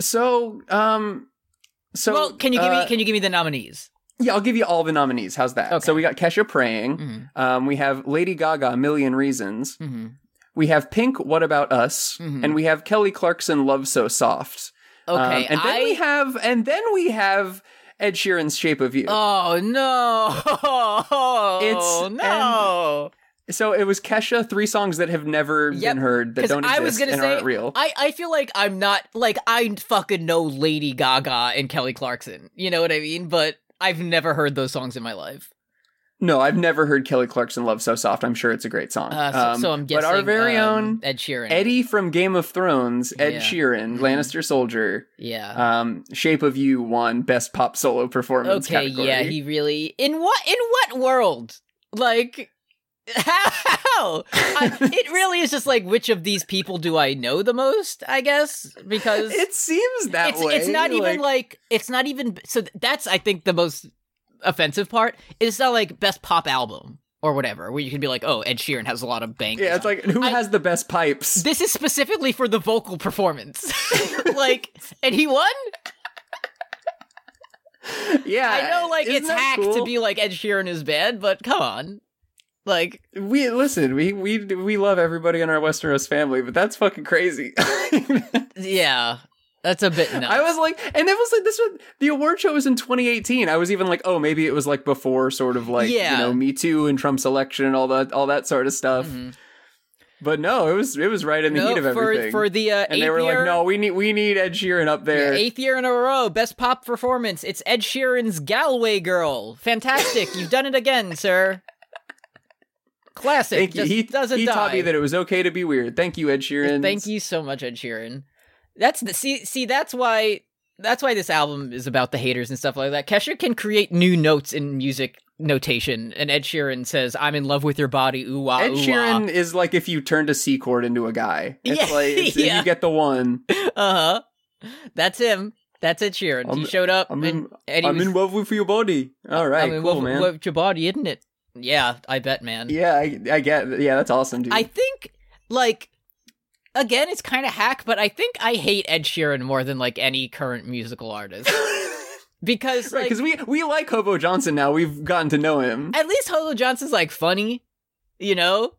C: So um so
B: well, can you give
C: uh,
B: me can you give me the nominees?
C: yeah I'll give you all the nominees. How's that?
B: Okay.
C: So we got Kesha praying.
B: Mhm.
C: Um, we have Lady Gaga, Million Reasons.
B: Mhm.
C: We have Pink, What About Us?
B: Mhm.
C: And we have Kelly Clarkson, Love So Soft. Um,
B: Okay,
C: and then
B: I
C: we have and then we have Ed Sheeran's Shape of You.
B: Oh no! <laughs> Oh
C: and-
B: no!
C: So it was Kesha, three songs that have never
B: Yep,
C: been heard that
B: 'cause
C: don't
B: I
C: exist
B: was gonna
C: and
B: say-
C: aren't real.
B: I I feel like I'm not like I fucking know Lady Gaga and Kelly Clarkson. You know what I mean? But I've never heard those songs in my life.
C: no, I've never heard Kelly Clarkson "Love So Soft." I'm sure it's a great song.
B: Uh, so,
C: Um,
B: so I'm guessing.
C: but our very
B: um,
C: own
B: Ed Sheeran.
C: Eddie from Game of Thrones, Ed
B: Yeah.
C: Sheeran,
B: Mhm.
C: Lannister soldier,
B: Yeah.
C: um, "Shape of You" won Best Pop Solo Performance
B: okay.
C: category.
B: Yeah. He really in what in what world like. <laughs> How?
C: <laughs>
B: I, it really is just like which of these people do I know the most? I guess because
C: it seems that
B: it's,
C: way.
B: It's not even like it's not even so. th- That's I think the most offensive part. It's not like best pop album or whatever, where you can be like, oh, Ed Sheeran has a lot of bangers.
C: yeah, it's
B: on it.
C: like who
B: I-
C: has the best pipes?
B: this is specifically for the vocal performance. <laughs> like, and he won.
C: yeah,
B: <laughs> I know, like
C: isn't
B: it's
C: that
B: hacked to
C: cool?
B: be like Ed Sheeran is bad, but come on, like
C: We listen. We we we love everybody in our Westeros family, but that's fucking crazy. <laughs>
B: yeah, that's a bit nuts.
C: I was like, and it was like this was the award show was in 2018. I was even like, oh, maybe it was like before sort of like
B: Yeah.
C: you know Me Too and Trump's election and all that all that sort of stuff.
B: Mhm.
C: But no, it was it was right in the
B: No,
C: heat of
B: for
C: everything.
B: for the uh,
C: and
B: eighth
C: they were
B: year,
C: like, no, we need we need Ed Sheeran up
B: Yeah,
C: there.
B: eighth year in a row, best pop performance. It's Ed Sheeran's Galway Girl. Fantastic. You've done it again, sir. Classic.
C: Thank you.
B: Just
C: He,
B: doesn't
C: he
B: die.
C: taught me that it was okay to be weird. Thank you, Ed Sheeran.
B: Thank you so much, Ed Sheeran. That's the see see that's why that's why this album is about the haters and stuff like that. Kesha can create new notes in music notation, and Ed Sheeran says, "I'm in love with your body." Ooh wah,
C: Ed
B: ooh, wah."
C: Sheeran is like if you turned a C chord into a guy. It's
B: Yeah,
C: like it's,
B: yeah.
C: you get the
B: <laughs>
C: one.
B: Uh huh. That's him. That's Ed Sheeran. he
C: I'm-
B: showed up,
C: I'm
B: and,
C: in-
B: and he
C: I'm
B: was,
C: in love with your body. All
B: I
C: right,
B: mean,
C: cool,
B: what,
C: man.
B: what your body, isn't it? Yeah, I bet, man.
C: yeah, I, I get. Yeah, that's awesome, dude.
B: I think like again, it's kind of hack, but I think I hate Ed Sheeran more than like any current musical
C: <laughs>
B: artist because
C: Right,
B: like,
C: because we we like Hobo Johnson now. We've gotten to know him.
B: at least Holo Johnson's like funny, you know.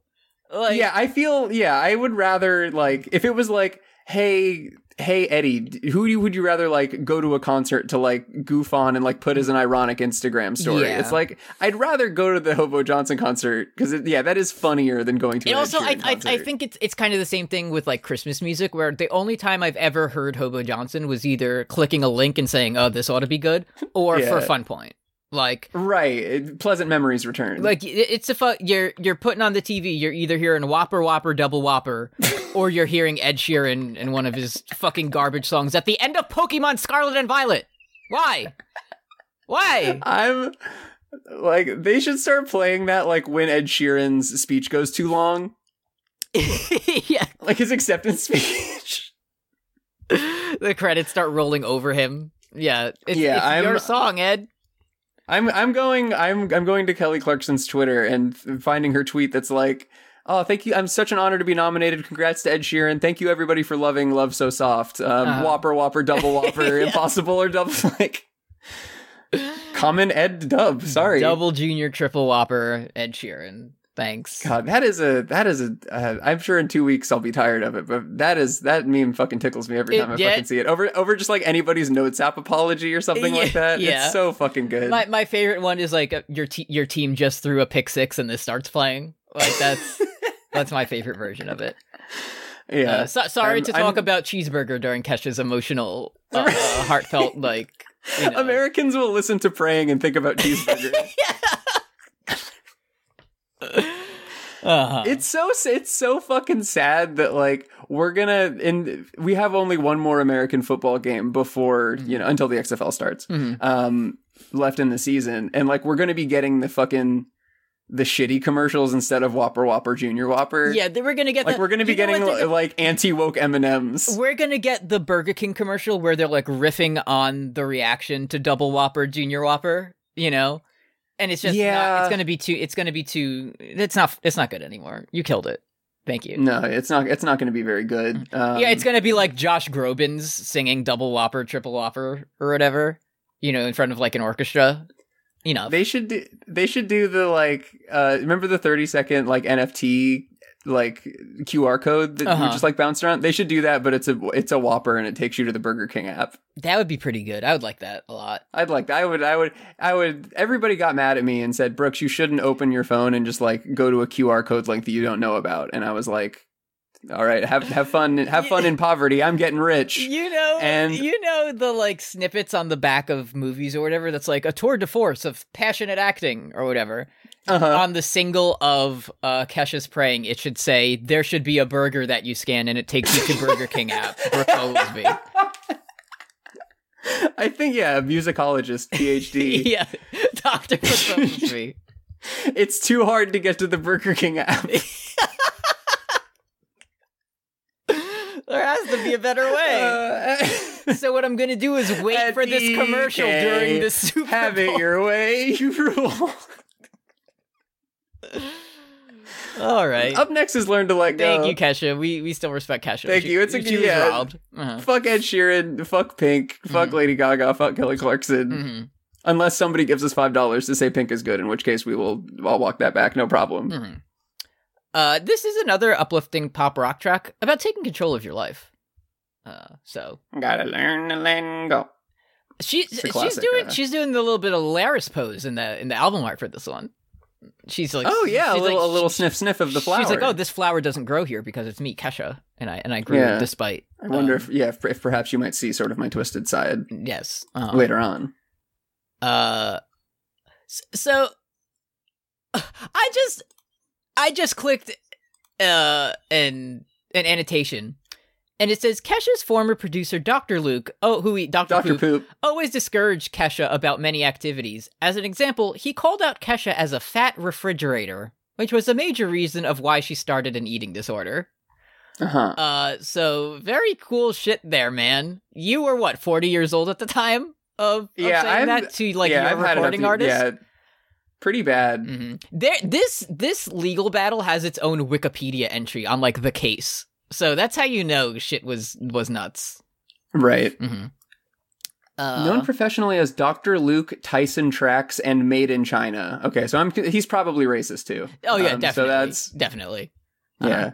B: Like,
C: yeah, I feel. Yeah, I would rather like if it was like, hey, hey, Eddie, d- who do you, would you rather like go to a concert to like goof on and like put as an ironic Instagram story?
B: Yeah.
C: It's like I'd rather go to the Hobo Johnson concert because yeah, that is funnier than going to.
B: And
C: an Ed
B: also, I,
C: Sheeran
B: I I
C: concert.
B: think it's it's kind of the same thing with like Christmas music, where the only time I've ever heard Hobo Johnson was either clicking a link and saying, "Oh, this ought to be good," or
C: Yeah.
B: for fun point. Like
C: right, it- pleasant memories return.
B: Like it- it's a fu- you're you're putting on the TV. You're either hearing Whopper Whopper Double Whopper, or you're hearing Ed Sheeran in one of his fucking garbage songs at the end of Pokemon Scarlet and Violet. Why? Why? <laughs>
C: I'm like they should start playing that like when Ed Sheeran's speech goes too long,
B: yeah,
C: like his acceptance <laughs> speech.
B: <laughs> the credits start rolling over him. Yeah, it's,
C: Yeah,
B: it's
C: I'm-
B: your song, Ed.
C: I'm I'm going I'm I'm going to Kelly Clarkson's Twitter and f- finding her tweet that's like, "Oh, thank you. I'm such an honor to be nominated. Congrats to Ed Sheeran. Thank you everybody for loving Love So Soft. Um,
B: Uh-huh.
C: Whopper
B: <laughs>
C: Whopper Double Whopper
B: Yeah.
C: Impossible or Double <laughs> like Common Ed Dub. Sorry.
B: Double Junior Triple Whopper, Ed Sheeran. Thanks.
C: God, that is a that is a. Uh, I'm sure in two weeks I'll be tired of it, but that is that meme fucking tickles me every
B: It-
C: time I
B: yeah.
C: fucking see it. Over over just like anybody's notes app apology or something like
B: Yeah,
C: that.
B: yeah.
C: It's so fucking good.
B: My my favorite one is like uh, your te- your team just <laughs> threw a pick six and this starts playing. Like that's that's my favorite version of it.
C: Yeah.
B: Uh, so- sorry
C: I'm-
B: to
C: I'm-
B: talk about cheeseburger during Kesha's emotional, <laughs> uh, uh, heartfelt like. You know.
C: Americans will listen to praying and think
B: <laughs>
C: about cheeseburgers.
B: Uh-huh.
C: it's so it's so fucking sad that like we're gonna and we have only one more American football game before
B: Mm-hmm.
C: you know until the XFL starts
B: Mhm.
C: um left in the season and like we're gonna be getting the fucking the shitty commercials instead of Whopper Whopper Junior Whopper
B: yeah, they we're gonna get
C: like
B: the-
C: we're gonna be
B: you know
C: getting
B: what they're-
C: like anti woke M and M's
B: We're gonna get the Burger King commercial where they're like riffing on the reaction to Double Whopper, Junior Whopper, you know, and it's just not-
C: Yeah.
B: it's gonna be too. It's gonna be too. It's not. It's not good anymore. You killed it. Thank you.
C: no it's not it's not gonna be very good um,
B: Mm. yeah, it's gonna be like Josh Groban's singing Double Whopper, Triple Whopper, or whatever, you know, in front of like an orchestra. You know,
C: They should do. They should do the like. Uh, remember the thirty second like NFT like QR code that
B: Uh-huh.
C: we just like bounced around. They should do that, but it's a it's a Whopper and it takes you to the Burger King app.
B: that would be pretty good. I would like that a lot.
C: I'd like. I would. I would. I would. Everybody got mad at me and said, "Brooks, you shouldn't open your phone and just like go to a QR code link that you don't know about." And I was like, "All right, have have fun. Have fun in poverty. I'm getting rich."
B: You know,
C: And-
B: you know the like snippets on the back of movies or whatever. That's like a tour de force of passionate acting or whatever.
C: Uh-huh.
B: on the single of uh, Kesha's praying, it should say there should be a burger that you scan and it takes you to Burger
C: <laughs>
B: King app. Brooke Oglesby.
C: I think yeah, musicologist, PhD.
B: <laughs> yeah, Doctor Brooke Oglesby.
C: It's too hard to get to the Burger
B: <laughs>
C: King app.
B: There has to be a better way.
C: Uh, <laughs>
B: so what I'm gonna do is wait
C: At
B: for this
C: the
B: commercial
C: UK,
B: during the Super
C: have it
B: Bowl.
C: your way, you
B: <laughs>
C: rule.
B: All right.
C: Up next is learn to let go.
B: Thank you, Kesha. We we still respect Kesha.
C: Thank
B: She-
C: you. It's a-
B: she was
C: yeah.
B: robbed. Uh-huh.
C: Fuck Ed Sheeran. Fuck Pink.
B: Mm-hmm.
C: Fuck Lady Gaga. Fuck Kelly Clarkson.
B: Mhm.
C: Unless somebody gives us five dollars to say Pink is good, in which case we will. I'll walk that back. No problem.
B: Mhm. Uh, this is another uplifting pop rock track about taking control of your life. Uh, so
C: Hmm. Gotta learn to let go.
B: She,
C: a
B: she's
C: classic,
B: doing
C: uh,
B: she's doing the little bit of Laris pose in the in the album art for this one. She's like,
C: Oh yeah, a
B: she's
C: little,
B: like-
C: a little sniff, sniff of the flower.
B: She's like, oh, this flower doesn't grow here because it's me, Kesha, and I and I grew
C: Yeah.
B: despite.
C: I wonder
B: um,
C: if yeah, if, if perhaps you might see sort of my twisted side
B: Yes. Uh,
C: later on.
B: Uh, s- so <sighs> I just I just clicked uh an an annotation, and it says Kesha's former producer, Doctor Luke. Oh, who he Doctor
C: Doctor
B: Poop.
C: Poop.
B: always discouraged Kesha about many activities. As an example, he called out Kesha as a fat refrigerator, which was a major reason of why she started an eating disorder.
C: Uh huh.
B: Uh, so very cool shit there, man. You were what, 40 years old at the time of, of
C: Yeah,
B: saying
C: I'm-
B: that to like
C: yeah,
B: your
C: I've had enough
B: recording
C: to-
B: artist?
C: Yeah, pretty bad.
B: hmm There, this this legal battle has its own Wikipedia entry on like the case, so that's how you know shit was was nuts.
C: Right.
B: hmm Uh,
C: Known professionally as Dr. Luke Tyson Tracks and Made in China. Okay, so I'm he's probably racist too.
B: oh yeah,
C: Um,
B: definitely,
C: So that's
B: definitely. Uh-huh.
C: yeah.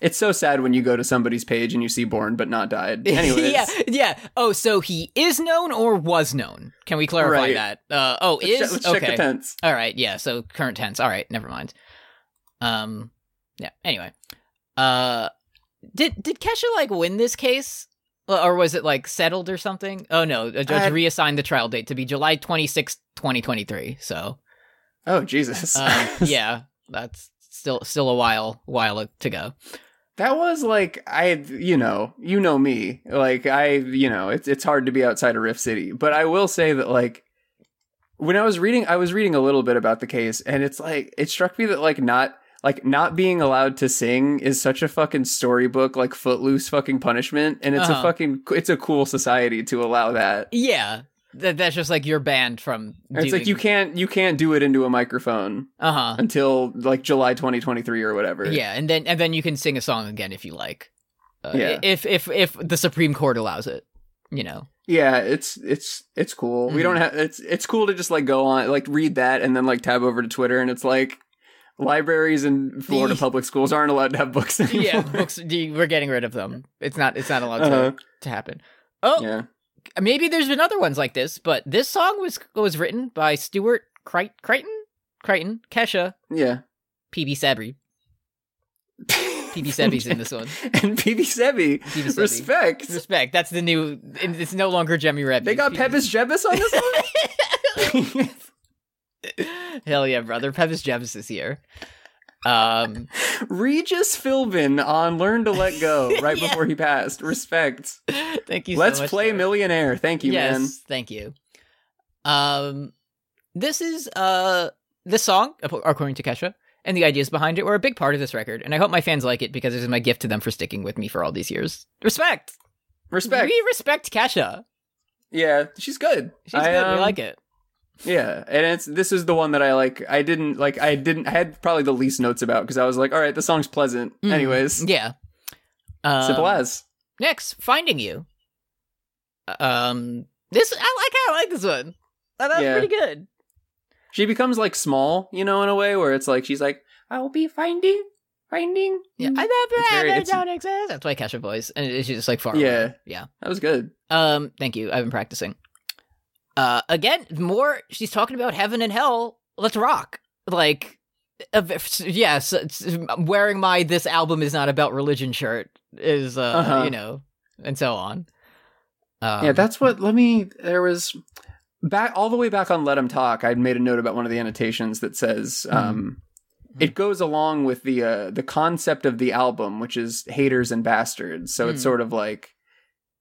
C: It's so sad when you go to somebody's page and you see born but
B: <laughs>
C: not died. Anyways,
B: yeah, yeah. Oh, so he is known or was known? Can we clarify
C: Right.
B: that? Uh, oh,
C: let's,
B: is
C: check, let's
B: okay.
C: check the tense.
B: All right, yeah. So current tense. All right, never mind. Um, yeah. Anyway, uh, did did Kesha like win this case, Or- or was it like settled or something? Oh no, a judge
C: I-
B: reassigned the trial date to be July twenty sixth, twenty twenty three. So,
C: Oh Jesus, <laughs>
B: um, yeah, that's still still a while while to go.
C: that was like I, you know, you know me. Like I, you know, it's it's hard to be outside of Rift City, but I will say that like when I was reading, I was reading a little bit about the case, and it's like it struck me that like not like not being allowed to sing is such a fucking storybook like footloose fucking punishment, and it's
B: Uh-huh.
C: a fucking it's a cool society to allow that.
B: Yeah, that, that's just like you're banned from.
C: And it's like you can't you can't do it into a microphone
B: Uh huh.
C: until like July 2023 or whatever.
B: Yeah, and then and then you can sing a song again if you like. Uh,
C: Yeah.
B: If if if the Supreme Court allows it, you
C: <laughs>
B: know.
C: Yeah, it's it's it's cool. We don't
B: Mm-hmm.
C: have it's it's cool to just like go on like read that and then like tab over to Twitter and it's like libraries and
B: <laughs>
C: Florida
B: Yeah.
C: public schools aren't allowed to have books anymore.
B: Yeah, <laughs> books. do you- We're getting rid of them. It's not. It's not allowed
C: Uh-huh.
B: to to happen. Oh,
C: yeah.
B: maybe there's been other ones like this, but this song was was written by Stuart Cri- Oh. Crichton, Crichton, Kesha,
C: Yeah.
B: PB Sabri. PB Sebi's in this one.
C: <laughs> and PB Sebi.
B: PB Sebi.
C: <laughs> Respect.
B: Respect. That's the new. It's no longer Jemmy Rebby.
C: They got
B: PB
C: Pepis Jebus on
B: <laughs>
C: this one?
B: Hell yeah, brother. Pevis Jevis is here. Um,
C: Regis Philbin on Learn to
B: <laughs>
C: Let Go right
B: Yeah.
C: before he passed. Respect.
B: thank you. so
C: Let's
B: much,
C: play
B: sir.
C: Millionaire. Thank you,
B: yes,
C: man.
B: thank you. Um, this is uh this song, ap- according to Kesha, and the ideas behind it were a big part of this record, and I hope my fans like it because this is my gift to them for sticking with me for all these years. Respect,
C: Respect.
B: We respect Kesha.
C: Yeah, she's good.
B: She's good.
C: um,
B: we like it.
C: Yeah, and it's this is the one that I like. I didn't like. I didn't. I had probably the least notes about because I was like, all right, the song's pleasant.
B: Mm.
C: Anyways,
B: Yeah. Um,
C: simple as.
B: Next, finding you. Um, this I like. I like this one. I thought
C: Yeah.
B: it was pretty good.
C: She becomes like small, you know, in a way where it's like she's like, I will be finding, finding. Mm.
B: Yeah,
C: you."
B: I thought
C: It's
B: that
C: very-
B: they
C: it's-
B: don't exist. That's why Kesha voice, and it's just like far.
C: Yeah.
B: away. yeah.
C: that was good.
B: Um, thank you. I've been practicing. Uh, again, more. She's talking about heaven and hell. Let's rock. Like, uh, yes, it's- wearing my this album is not about religion shirt is uh,
C: Uh-huh.
B: you know, and so on. Um,
C: yeah, that's what. Let me. There was back all the way back on Let Him Talk. I'd made a note about one of the annotations that says
B: Mm-hmm.
C: um, it goes along with the uh, the concept of the album, which is haters and bastards. So
B: Hmm.
C: it's sort of like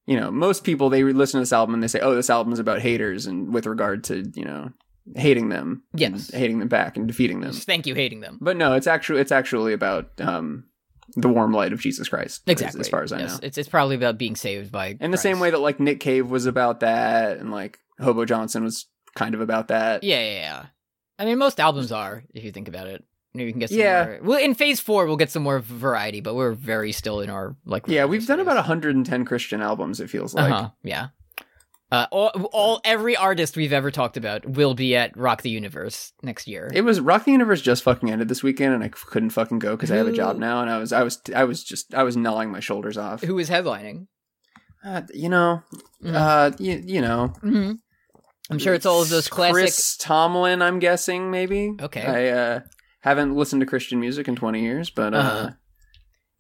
C: you know, most people they listen to this album and they say, "Oh, this album is about haters," and with regard to you know hating them, and
B: Yes.
C: hating them back and defeating them.
B: Thank you, hating them.
C: But no, it's actually it's actually about um, the warm light of Jesus Christ. as-
B: Exactly.
C: as, far as I
B: Yes,
C: know.
B: it's it's probably about being saved by.
C: In the same way that like Nick Cave was about that, and like Hobo Johnson was kind of about that.
B: Yeah, yeah, yeah. I mean, most albums are, if you think about it. Maybe we can get some
C: Yeah.
B: more. Well, in phase four, we'll get some more variety, but we're very still in our like.
C: Yeah, we've done about
B: a
C: 110 Christian albums. It feels like.
B: uh-huh. yeah. Uh, all, all every artist we've ever talked about will be at Rock the Universe next year.
C: It was Rock the Universe just fucking ended this weekend, and I c- couldn't fucking go because I have a
B: Who-
C: job now, and I was I was I was just I was gnawing my shoulders off.
B: Who is headlining?
C: Uh, you know,
B: Mm.
C: uh, you, you know,
B: Mm-hmm. I'm sure it's all of those classic.
C: Chris Tomlin. I'm guessing maybe.
B: Okay.
C: I uh, haven't listened to Christian music in 20 years, but uh,
B: Uh-huh.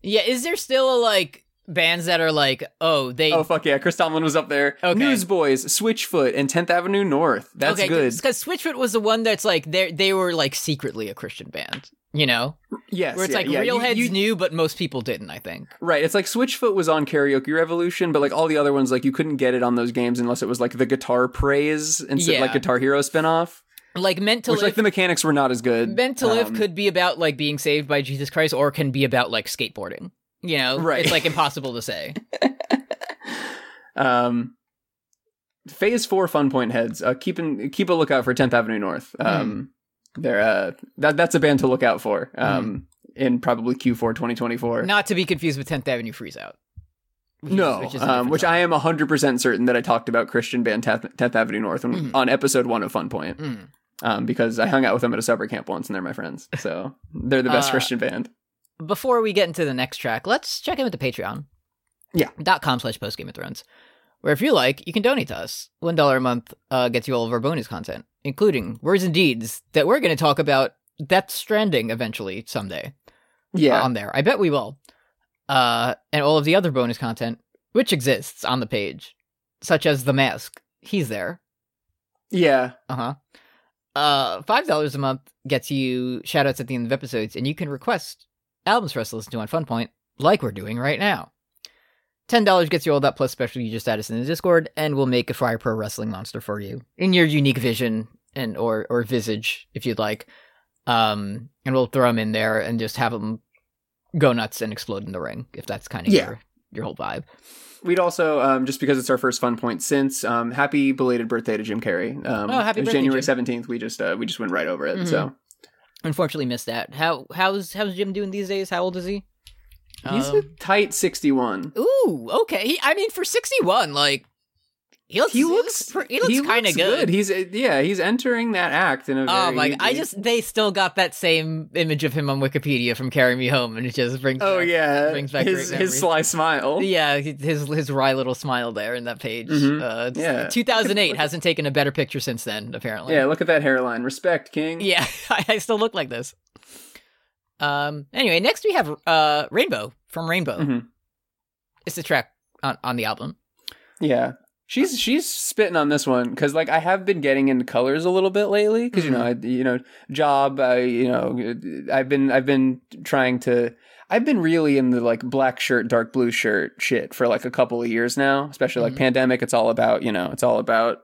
B: Yeah, is there still like bands that are like, oh, they
C: oh fuck yeah, Chris Tomlin was up there.
B: Okay.
C: Newsboys, Switchfoot, and 10th Avenue North. That's good.
B: Because Switchfoot was the one that's like they they were like secretly a Christian band, you know,
C: Yes,
B: where it's
C: yeah,
B: like
C: yeah.
B: real
C: You-
B: heads
C: you-
B: knew, but most people didn't. I think.
C: Right, it's like Switchfoot was on Karaoke Revolution, but like all the other ones, like you couldn't get it on those games unless it was like the Guitar Praise instead,
B: Yeah.
C: like Guitar Hero spinoff,
B: Like meant to
C: which
B: live.
C: like the mechanics were not as good.
B: meant to live
C: Um,
B: could be about like being saved by Jesus Christ, or can be about like skateboarding. You know,
C: Right.
B: It's like impossible to
C: <laughs>
B: say.
C: Um, phase four Fun Point heads, uh, keep in, keep a lookout for Tenth Avenue North.
B: Hmm.
C: Um, they're uh, that that's a band to look out for.
B: Hmm.
C: Um, in probably Q4 2024.
B: Not to be confused with Tenth Avenue Freeze Out. Which is-
C: no,
B: which, is a
C: um,
B: different
C: which
B: song.
C: I am 100% certain that I talked about Christian band 10th, 10th Avenue North when,
B: Mhm.
C: on episode one of Fun Point.
B: Mm.
C: um, because I hung out with them at a summer camp once, and they're my friends. So they're the best
B: Uh,
C: Christian band.
B: Before we get into the next track, let's check in with the Patreon.
C: Yeah.
B: Dot com slash post Game of Thrones. Where if you like, you can donate to us. One dollar a month uh, gets you all of our bonus content, including words and deeds that we're going to talk about Death Stranding eventually someday. uh,
C: Yeah,
B: on there. I bet we will. Uh, and all of the other bonus content, which exists on the page, such as the mask. He's there.
C: yeah,
B: Uh-huh. Uh Five dollars a month gets you shoutouts at the end of episodes, and you can request albums for us to listen to on Fun Point, like we're doing right now. Ten dollars gets you all that plus special user status in the Discord, and we'll make a Fire Pro Wrestling monster for you in your unique vision and or or visage if you'd like. Um, and we'll throw them in there and just have them go nuts and explode in the ring if that's kind of
C: Yeah.
B: your your whole vibe.
C: We'd also um, just because it's our first fun point since. Um, happy belated birthday to Jim Carrey. Um,
B: Oh, happy
C: it was
B: birthday,
C: January
B: Jim.
C: seventeenth. We just uh, we just went right over it.
B: Mhm.
C: So
B: Unfortunately, missed that. How how's how's Jim doing these days? How old is he?
C: he's
B: Um,
C: a tight sixty-one.
B: Ooh, okay. He, I mean, for sixty-one, like he looks,
C: He looks
B: pre- he looks, kind of
C: looks
B: good.
C: He's uh, yeah, he's entering that act in a very.
B: Oh my!
C: he-
B: I just they still got that same image of him on Wikipedia from Carry Me Home, and it just brings.
C: Oh
B: back-
C: yeah,
B: brings back
C: his
B: great
C: his
B: memories.
C: sly smile.
B: yeah. His his wry little smile there in that page.
C: Mhm.
B: Uh, it's-
C: Yeah. <laughs>
B: 2008 hasn't taken a better picture since <laughs> then. Apparently. <laughs>
C: Yeah, look at that hairline. Respect, King.
B: Yeah, I, I still look like this. Um, anyway, next we have uh, Rainbow from Rainbow.
C: Mhm.
B: It's the track on, on the album.
C: Yeah. She's she's spitting on this one because like I have been getting into colors a little bit lately because you know
B: Mm-hmm.
C: I, you know job I you know I've been I've been trying to I've been really in the like black shirt dark blue shirt shit for like a couple of years now especially like
B: Mhm.
C: pandemic it's all about you know it's all about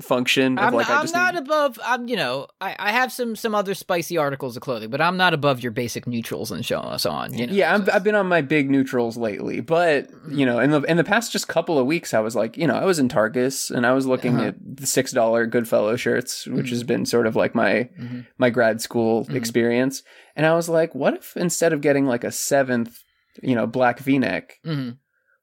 C: function of,
B: I'm,
C: like, I
B: I'm
C: just
B: not
C: need-
B: above. I'm you know I, I have some some other spicy articles of clothing, but I'm not above your basic neutrals and so so on. You know,
C: yeah,
B: so Mm-hmm.
C: I'm, I've been on my big neutrals lately, but you know, in the in the past just couple of weeks, I was like, you know, I was in Targus and I was looking
B: Uh-huh. Mm-hmm.
C: at the six dollar Goodfellow shirts, which has been sort of like my
B: Mhm.
C: my grad school
B: Mhm.
C: experience, and I was like, what if instead of getting like a seventh, you know, black V neck,
B: Mhm.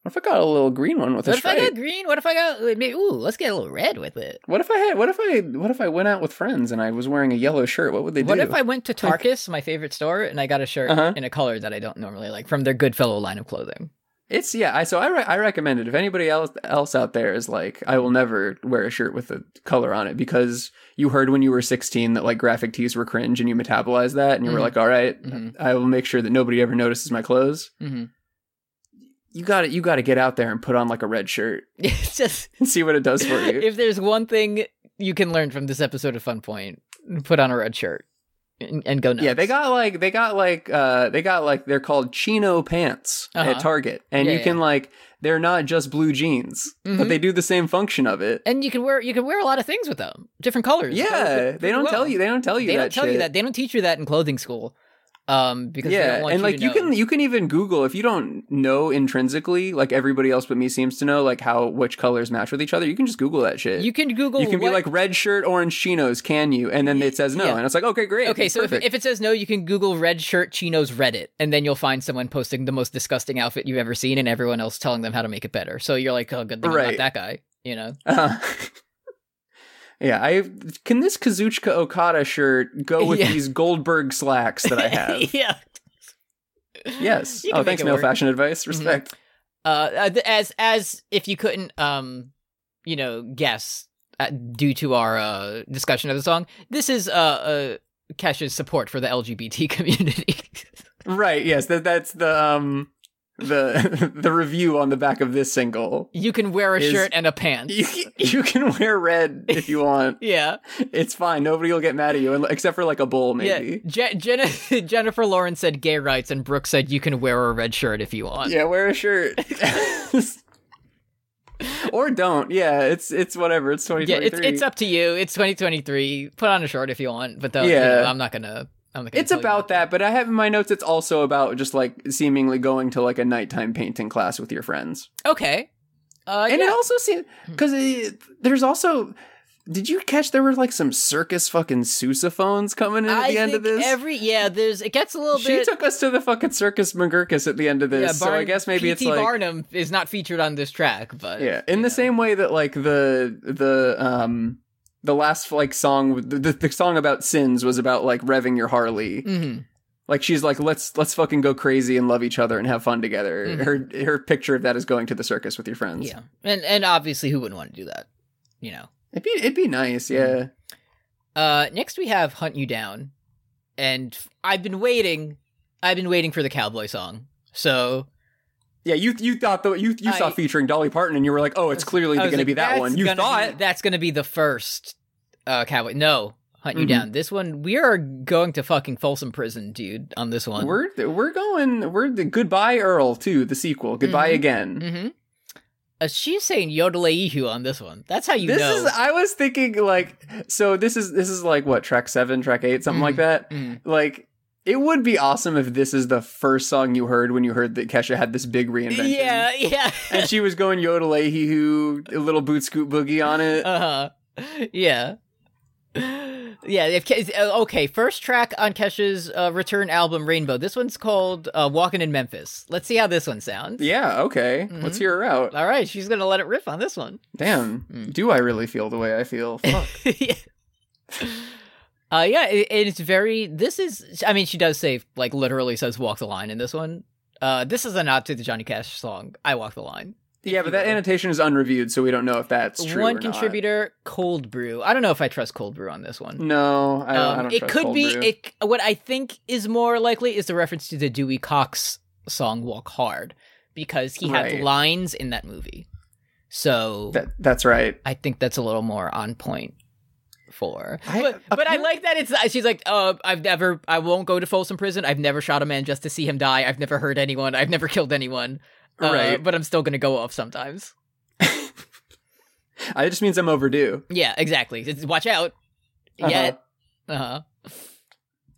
C: what if I got a little green one with
B: What
C: a
B: if I got
C: stripe?
B: green? What if I got wait, maybe? Ooh, let's get a little red with it.
C: What if I had? What if I? What if I went out with friends and I was wearing a yellow shirt? What would they do?
B: What if I went to Tarkus, my favorite store, and I got a shirt
C: Uh-huh.
B: in a color that I don't normally like from their Goodfellow line of clothing?
C: It's yeah. I so I re- I recommend it. If anybody else else out there is like, I will never wear a shirt with a color on it because you heard when you were sixteen that like graphic tees were cringe and you metabolized that and you were
B: Mhm.
C: like, all right,
B: Mhm.
C: I will make sure that nobody ever notices my clothes.
B: Mm-hmm. <laughs>
C: You got to You got to get out there and put on like a red shirt <laughs>
B: It's just
C: and see what it does
B: <laughs>
C: for you.
B: if there's one thing you can learn from this episode of Fun Point, put on a red shirt and, and go nuts.
C: Yeah, they got like they got like uh they got like they're called chino pants
B: Uh-huh.
C: at Target, and
B: Yeah,
C: you can like they're not just blue jeans,
B: Mhm.
C: but they do the same function of it.
B: and you can wear you can wear a lot of things with them, different colors.
C: Yeah, they don't tell you. They don't tell you.
B: They
C: that
B: don't tell you
C: shit.
B: that. They don't teach you that in clothing school. Um, because they
C: yeah,
B: don't want
C: and
B: you
C: like
B: to
C: you
B: know.
C: can you can even Google if you don't know intrinsically, like everybody else but me seems to know, like how which colors match with each other. You can just Google that shit.
B: you can Google.
C: You can be
B: what-
C: like red shirt, orange chinos. Can you? And then it says no,
B: Yeah.
C: and it's like okay, great.
B: Okay,
C: it's
B: so if,
C: perfect.
B: if it says no, you can Google red shirt chinos Reddit, and then you'll find someone posting the most disgusting outfit you've ever seen, and everyone else telling them how to make it better. So you're like, oh, good thing I'm
C: Right.
B: not that guy. You know,
C: Uh, <laughs> yeah, I can this Kazuchika Okada shirt go with
B: Yeah.
C: these Goldberg slacks
B: <laughs>
C: that I have.
B: yeah.
C: yes.
B: You can
C: Oh,
B: make
C: thanks,
B: it
C: male
B: work. Mm-hmm.
C: fashion advice. Respect.
B: Uh, uh, th- as as if you couldn't, um, you know, guess uh, due to our uh, discussion of the song, this is uh, uh Kesha's support for the LGBT <laughs> community.
C: Right. Yes. That that's the um the <laughs> the review on the back of this single.
B: you can wear a
C: Is-
B: shirt and a pants.
C: You, you can wear red if you want.
B: yeah.
C: It's fine. Nobody will get mad at you, and- except for like a bull, maybe.
B: Yeah, Je- Jen- <laughs> Jennifer Lawrence said gay rights, and Brooke said you can wear a red shirt if you
C: Yeah,
B: want.
C: wear a shirt. <laughs> or don't. Yeah, it's it's whatever. It's twenty
B: Yeah,
C: twenty
B: it's
C: three.
B: it's up to you. It's 2023. Put on a shirt if you want, but though,
C: Yeah.
B: you know, I'm not gonna. I'm not gonna
C: It's
B: tell you
C: about
B: what to
C: that, but I have in my notes. It's also about just like seemingly going to like a nighttime painting class with your friends,
B: do. Okay. Uh,
C: and
B: yeah.
C: it also seems because there's also. Did you catch there were like some circus fucking sousaphones coming in at
B: I
C: the end of
B: think
C: this?
B: every yeah, there's it gets a little
C: she
B: bit.
C: took us to the fucking circus McGurkus at the end of this,
B: yeah,
C: so I
B: Barn-
C: guess maybe
B: P.T.
C: it's like
B: Barnum is not featured on this track, but
C: yeah in the same way that like the the um the last like song the, the, the song about sins was about like revving your harley
B: Mhm.
C: like she's like let's let's fucking go crazy and love each other and have fun together
B: Mhm.
C: her her picture of that is going to the circus with your friends
B: yeah, and and obviously who wouldn't want to do that, you know.
C: it'd be it'd be nice
B: Mm-hmm.
C: yeah
B: Uh, next we have "Hunt You Down," and f- I've been waiting. I've been waiting for the cowboy song. So
C: yeah you you thought the you you saw
B: I-
C: featuring dolly parton and you were like oh it's clearly
B: I was
C: going to
B: like,
C: be that
B: "That's
C: one you
B: gonna
C: thought
B: be- that's going to be the first uh, cowboy. No, "Hunt You
C: Mhm.
B: Down." This one we are going to fucking Folsom Prison, dude. On this one,
C: we're we're going we're the goodbye earl too the sequel goodbye
B: Mhm.
C: again
B: hmm Uh, she's saying "Yodeleihu" on this one. That's how you
C: this
B: know.
C: is i was thinking like so this is this is like what track seven track eight something like
B: Mhm.
C: that
B: Mhm.
C: like it would be awesome if this is the first song you heard when you heard that kesha had this big reinvention
B: Yeah, yeah.
C: and she was going yodel a hoo a little boot scoot boogie on it
B: Uh huh. Yeah. Yeah. If Ke- uh, okay, first track on Kesha's uh, return album, Rainbow. This one's called uh, "Walking in Memphis." Let's see how this one sounds.
C: yeah okay
B: mm-hmm.
C: let's hear her out
B: All right, she's gonna let it riff on this one.
C: damn
B: Mm.
C: do i really feel the way i feel Fuck.
B: <laughs> yeah. Uh, yeah, it, it's very. This is. I mean, she does say like literally says "walk the line" in this one. Uh, this is a nod to the Johnny Cash song "I Walk the Line."
C: yeah, but that annotation is unreviewed, so we don't know if that's true.
B: one
C: or not.
B: contributor, Cold Brew. I don't know if I trust Cold Brew on this one.
C: No, I, don't- I
B: Um,
C: don't.
B: it
C: trust
B: could
C: cold
B: be
C: brew.
B: it, what I think is more likely is the reference to the Dewey Cox song "Walk Hard" because he had
C: Right.
B: lines in that movie. So
C: That, that's right.
B: I think that's a little more on point for.
C: I-
B: but, but I
C: apparent-
B: like that it's she's like, uh, I've never, I won't go to Folsom Prison. I've never shot a man just to see him die. I've never hurt anyone. I've never killed anyone. Uh,
C: Right.
B: But I'm still gonna go off sometimes.
C: I- It just means I'm overdue.
B: Yeah, exactly. It's, watch out.
C: Uh-huh.
B: Yeah. Uh-huh.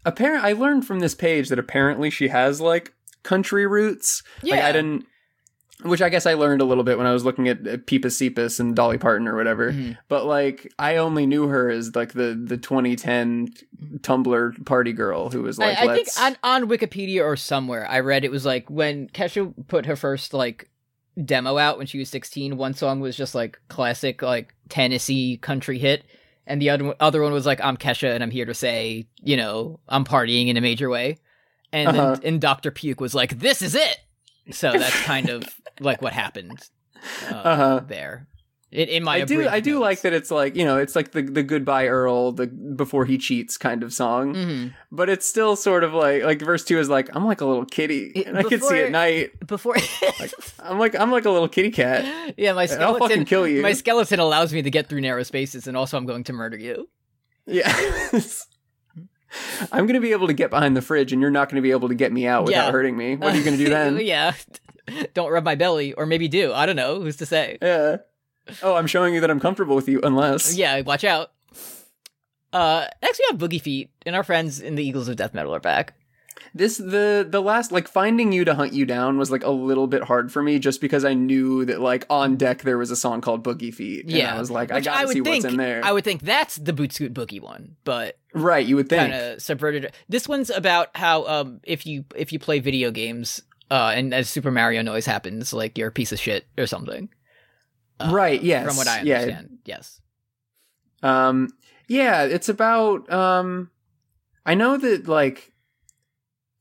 C: Apparent. I learned from this page that apparently she has like country roots.
B: Yeah.
C: Like I didn't. Which I guess I learned a little bit when I was looking at uh, Peepa Seepus and Dolly Parton or whatever.
B: Mhm.
C: But like, I only knew her as like the the 2010 Tumblr party girl who was like,
B: I, I think
C: let's.
B: on, on Wikipedia or somewhere I read it was like when Kesha put her first like demo out when she was 16 one song was just like classic like Tennessee country hit and the other other one was like I'm Kesha and I'm here to say you know I'm partying in a major way and
C: Uh-huh.
B: then and Dr. Puke was like this is it so that's kind
C: <laughs>
B: of like what happened uh,
C: Uh-huh.
B: there in, in my
C: I do.
B: abridged
C: I do
B: notes.
C: like that. It's like you know, it's like the the goodbye Earl, the before he cheats kind of song.
B: Mhm.
C: But it's still sort of like like verse two is like I'm like a little kitty
B: It-
C: and I can see
B: before-
C: at night.
B: before
C: I'm like I'm like a little kitty cat.
B: yeah my
C: And I'll
B: skeleton
C: fucking kill you.
B: My skeleton allows me to get through narrow spaces, and also I'm going to murder you.
C: yeah. I'm gonna be able to get behind the fridge, and you're not gonna be able to get me out without
B: Yeah.
C: hurting me. What are you
B: <laughs>
C: gonna do then?
B: yeah. Don't rub my belly, or maybe do. I don't know. Who's to say?
C: yeah. Oh, I'm showing you that I'm comfortable with you, unless
B: Yeah, watch out. Uh, next we have Boogie Feet, and our friends in the Eagles of Death Metal are back.
C: this the the last like finding you to hunt you down was like a little bit hard for me just because I knew that like on deck there was a song called Boogie Feet. and
B: Yeah.
C: I was like I
B: Which
C: gotta
B: would
C: see
B: think,
C: what's in there.
B: I would think that's the Boot Scoot Boogie one, but
C: right, you would think.
B: kind of subverted. it. This one's about how um if you if you play video games uh and as Super Mario noise happens, like you're a piece of shit or something. Uh,
C: Right, yes,
B: From what I
C: yeah.
B: understand. Yes.
C: Um, yeah, it's about. Um, I know that like,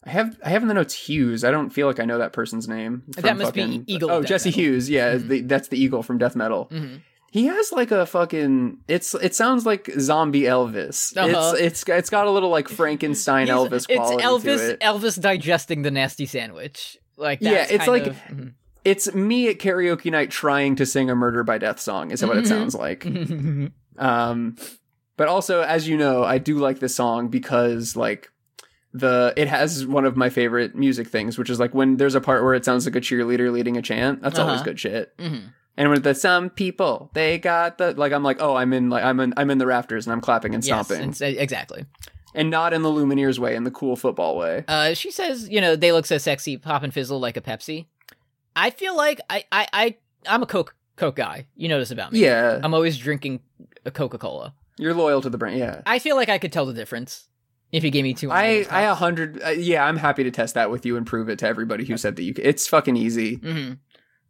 C: I have I have in the notes Hughes. I don't feel like I know that person's name.
B: That
C: from
B: must be Eagle
C: Oh,
B: of Death
C: Jesse
B: Metal.
C: Hughes. Yeah,
B: Mhm.
C: the, that's the Eagle from Death Metal.
B: hmm
C: He has like a fucking. It's it sounds like zombie Elvis.
B: Uh-huh.
C: It's it's it's got a little like Frankenstein Elvis quality
B: It's Elvis.
C: to it.
B: Elvis digesting the nasty sandwich. Like
C: Yeah,
B: that's
C: it's
B: kind
C: like-
B: of- mhm.
C: It's me at karaoke night trying to sing a murder by death song. Is what
B: Mhm.
C: it sounds like.
B: Mm-hmm.
C: Um, but also, as you know, I do like this song because like the it has one of my favorite music things, which is like when there's a part where it sounds like a cheerleader leading a chant. That's always
B: Uh-huh.
C: good shit.
B: Mhm.
C: And when the some people they got the like, I'm like, oh, I'm in like I'm in I'm in the rafters and I'm clapping and
B: Yes,
C: stomping,
B: and- exactly.
C: and not in the Lumineers way, in the cool football way.
B: Uh, she says, you know, they look so sexy, pop and fizzle like a Pepsi. I feel like I, I, I I'm a Coke Coke guy. You notice about me.
C: Yeah,
B: I'm always drinking a Coca Cola.
C: you're loyal to the brand. Yeah.
B: I feel like I could tell the difference if you gave me two.
C: I I a hundred uh, yeah I'm happy to test that with you and prove it to everybody who said that you c- it's fucking easy
B: hmm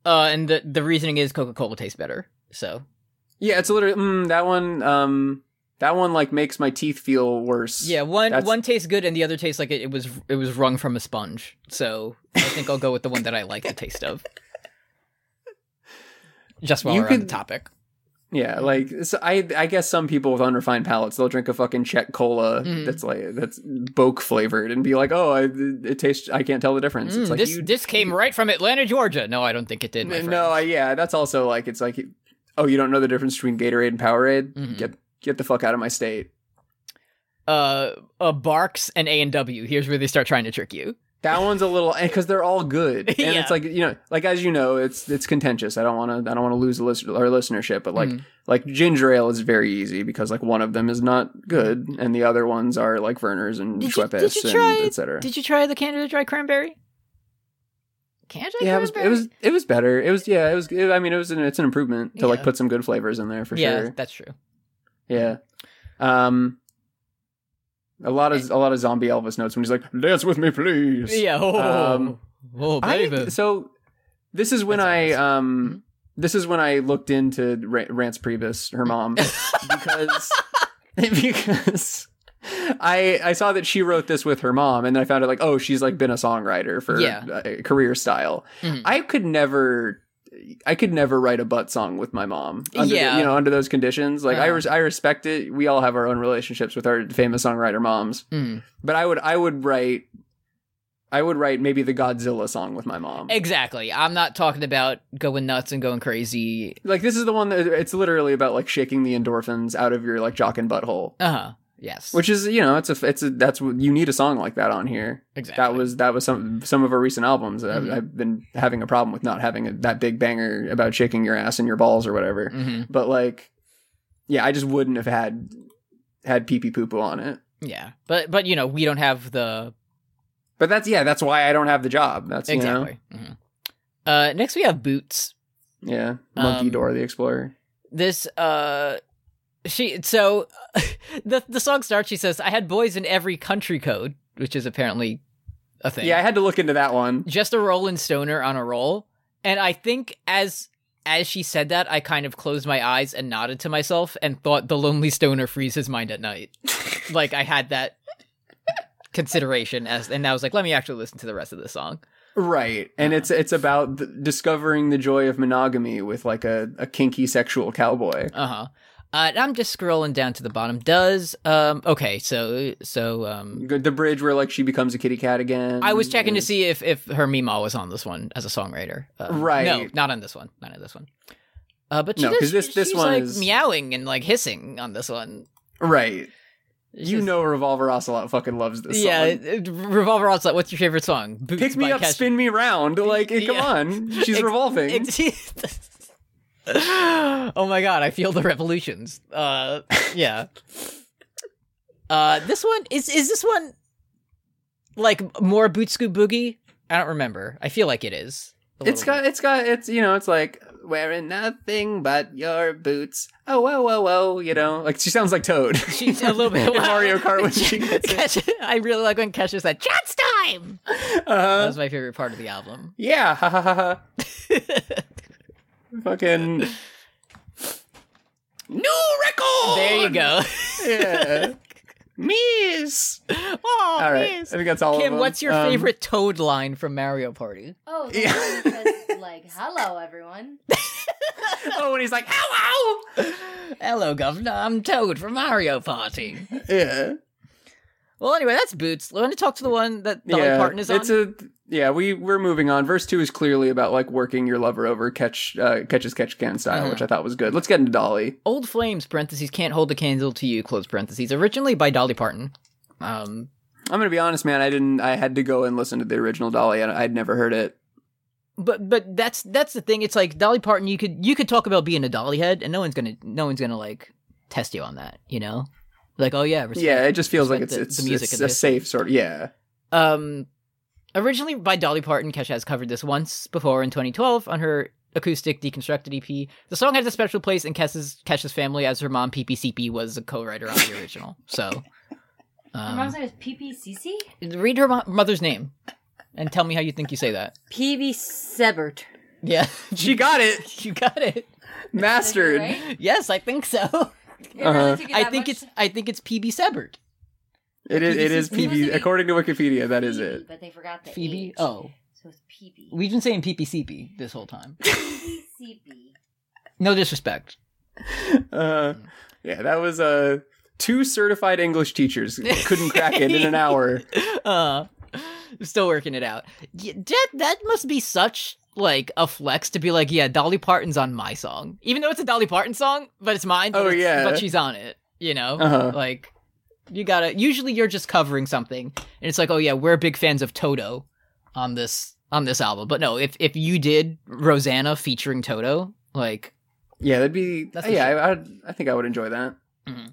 B: Uh, and the the reasoning is Coca Cola tastes better. So
C: Yeah, it's literally mm, that one. Um, that one like makes my teeth feel worse.
B: Yeah, one
C: That's-
B: one tastes good and the other tastes like it, it was it was wrung from a sponge. So I think I'll go with the one that I like the taste of. Just while
C: You
B: we're on the
C: could-
B: topic.
C: yeah. Like so I, I guess some people with unrefined palates, they'll drink a fucking Czech cola
B: Mhm.
C: that's like that's Boke flavored and be like, oh, I, it tastes. I can't tell the difference.
B: Mm,
C: it's like
B: this
C: you,
B: this came right from Atlanta, Georgia. No, I don't think it did. My
C: no, I, yeah. That's also like it's like, oh, you don't know the difference between Gatorade and Powerade.
B: Mhm.
C: Get get the fuck out of my state.
B: I... uh, uh, Barks and A and W. Here's where they start trying to trick you.
C: That one's a little because they're all
B: <laughs>
C: good, and
B: Yeah.
C: it's like you know, like as you know, it's it's contentious. I don't want to I don't want to lose the listen- our listenership, but like
B: Mm.
C: like ginger ale is very easy because like one of them is not good, and the other ones are like Verner's and
B: Did you- did
C: Schweppes
B: you try-
C: and etc.
B: Did you try the Canada Dry Cranberry? Canada Dry
C: Yeah, it was
B: Cranberry.
C: it was it was better. It was yeah, it was. It, I mean, it was an, it's an improvement to like
B: Yeah.
C: put some good flavors in there for
B: yeah,
C: sure.
B: that's true.
C: Yeah. Um. A lot of a lot of zombie Elvis notes when he's like, "Dance with me, please."
B: Yeah. Oh,
C: Um,
B: oh
C: I-
B: baby.
C: so this is when
B: That's Mm-hmm.
C: I
B: awesome.
C: um this is when I looked into Ra- Rance Priebus,
B: <laughs>
C: her mom, because because I I saw that she wrote this with her mom, and then I found out like oh she's like been a songwriter for
B: Yeah.
C: uh, career style.
B: Mhm.
C: I could never I could never write a butt song with my mom. Under the-
B: Yeah.
C: you know, under those conditions, like I
B: Uh-huh.
C: res- I respect it. We all have our own relationships with our famous songwriter moms,
B: Mm.
C: but I would I would write. I would write maybe the Godzilla song with my mom.
B: Exactly. I'm not talking about going nuts and going crazy.
C: Like this is the one that it's literally about like shaking the endorphins out of your like jock and butthole,
B: Uh huh. Yes.
C: which is you know it's a it's a, that's what you need a song like that on here.
B: exactly.
C: That was that was some some of our recent albums. that
B: Mhm.
C: I've, I've been having a problem with not having a, that big banger about shaking your ass and your balls or whatever.
B: Mhm.
C: But like, yeah, I just wouldn't have had had pee pee poo poo on it.
B: Yeah. But but you know we don't have the
C: But that's yeah, that's why I don't have the job. That's exactly
B: exactly. Mhm. Uh, next we have Boots.
C: yeah, Monkey
B: Um,
C: Dora the Explorer.
B: This uh, she so <laughs> the the song starts. She says, "I had boys in every country code," which is apparently a thing.
C: Yeah, I had to look into that one.
B: just a Rolling Stoner on a roll. And I think as as she said that, I kind of closed my eyes and nodded to myself and thought the lonely stoner frees his mind at night. like I had that consideration as and I was like, let me actually listen to the rest of the song.
C: Right, and
B: Uh.
C: it's it's about th- discovering the joy of monogamy with like a, a kinky sexual cowboy.
B: Uh-huh. Uh, I'm just scrolling down to the bottom. Does um okay, so so um
C: The bridge where like she becomes a kitty cat again.
B: I was checking to
C: see.
B: see if if her Mima was on this one as a songwriter. Uh,
C: Right.
B: No, not on this one. Not on this one. Uh, but she
C: No,
B: does-
C: 'cause this- this
B: she's,
C: one
B: like
C: is-
B: meowing and like hissing on this one.
C: Right.
B: It's
C: you
B: just-
C: know Revolver Ocelot fucking loves this
B: yeah,
C: song.
B: it- it- Revolver Onslaught. What's your favorite song? Boots
C: Pick me
B: by
C: up,
B: Kesha.
C: spin me round. Like, eh, come
B: Yeah.
C: on.
B: <laughs>
C: She's
B: Ex-
C: revolving.
B: Ex- <laughs> oh my god, I feel the revolutions. Uh, yeah. Uh, this one is is this one like more boot scoop boogie? I don't remember. I feel like it is. a
C: it's
B: little
C: got, it's got, it's, you know, it's like, wearing nothing but your boots. Oh, whoa, whoa, whoa. You know, like she sounds like Toad.
B: bit. She's a little bit
C: <laughs> In Mario
B: <laughs>
C: Kart when she gets it.
B: Kesha, <laughs> I really like when Kesha said "Chat's time." That
C: Uh,
B: was my favorite part of the
C: <laughs>
B: album.
C: yeah. Ha ha ha ha. Fucking. New record!
B: There you go.
C: <laughs> Yeah. Miss!
B: <laughs> oh,
C: All right.
B: yes.
C: I think that's all of
B: Kim,
C: them.
B: what's your
C: Um,
B: favorite Toad line from Mario
C: <laughs>
B: Party?
A: Oh,
C: Yeah.
A: yeah.
C: <laughs>
A: says, like, hello, everyone.
C: <laughs> Oh, and he's like, ow, ow!
B: Hello, Governor. I'm Toad from Mario Party.
C: Yeah.
B: well, anyway, that's Boots. I want to talk to the one that Dolly Parton is on.
C: It's a yeah. We we're moving on. Verse two is clearly about like working your lover over, catch uh, catches catch can style,
B: Uh-huh.
C: which I thought was good. Let's get into Dolly.
B: Old Flames (parentheses can't hold a candle to you) close parentheses. Originally by Dolly Parton. Um,
C: I'm gonna be honest, man. I didn't. I had to go and listen to the original Dolly, and I'd never heard it.
B: but but that's that's the thing. It's like Dolly Parton. You could you could talk about being a Dolly head, and no one's gonna no one's gonna like test you on that. You know, like oh yeah, respect
C: yeah, it just feels like
B: respect
C: it's
B: the-
C: it's,
B: the music
C: it's
B: and
C: a
B: the
C: safe sort. Of, <laughs> yeah,
B: Um, originally by Dolly Parton, Kesha has covered this once before in 2012 on her acoustic deconstructed EP. The song has a special place in Kesha's, Kesha's family as her mom PPCP was a co-writer on the original. So,
A: Her mom's
B: um,
A: name is PPCC?
B: read her mo- mother's name and tell me how you think you say that.
A: PB Sebert.
B: Yeah, <laughs>
C: she got it
B: you got it.
C: mastered.
A: Right?
B: Yes, I think so.
C: Uh-huh.
B: I think it's I think it's PB Sebert.
C: It is it is
A: It was
C: PB
A: an-
C: according to Wikipedia. That is it.
A: But they forgot the
B: Phoebe.
A: H,
B: Oh,
A: So it's PB.
B: we've been saying PPCP this whole time.
A: PCB.
B: No disrespect.
C: Uh, yeah, that was Uh, Two certified English teachers couldn't crack it in an hour.
B: uh still working it out Y- that that must be such like a flex to be like yeah dolly parton's on my song even though it's a dolly parton song but it's mine but
C: Oh,
B: it's-
C: yeah.
B: but she's on it you know
C: Uh-huh.
B: like you gotta usually you're just covering something and it's like oh yeah we're big fans of toto on this on this album but no if if you did rosanna featuring toto like
C: Yeah, that'd be
B: That's the
C: yeah.
B: shit.
C: I, I'd- I think I would enjoy that.
B: Mhm.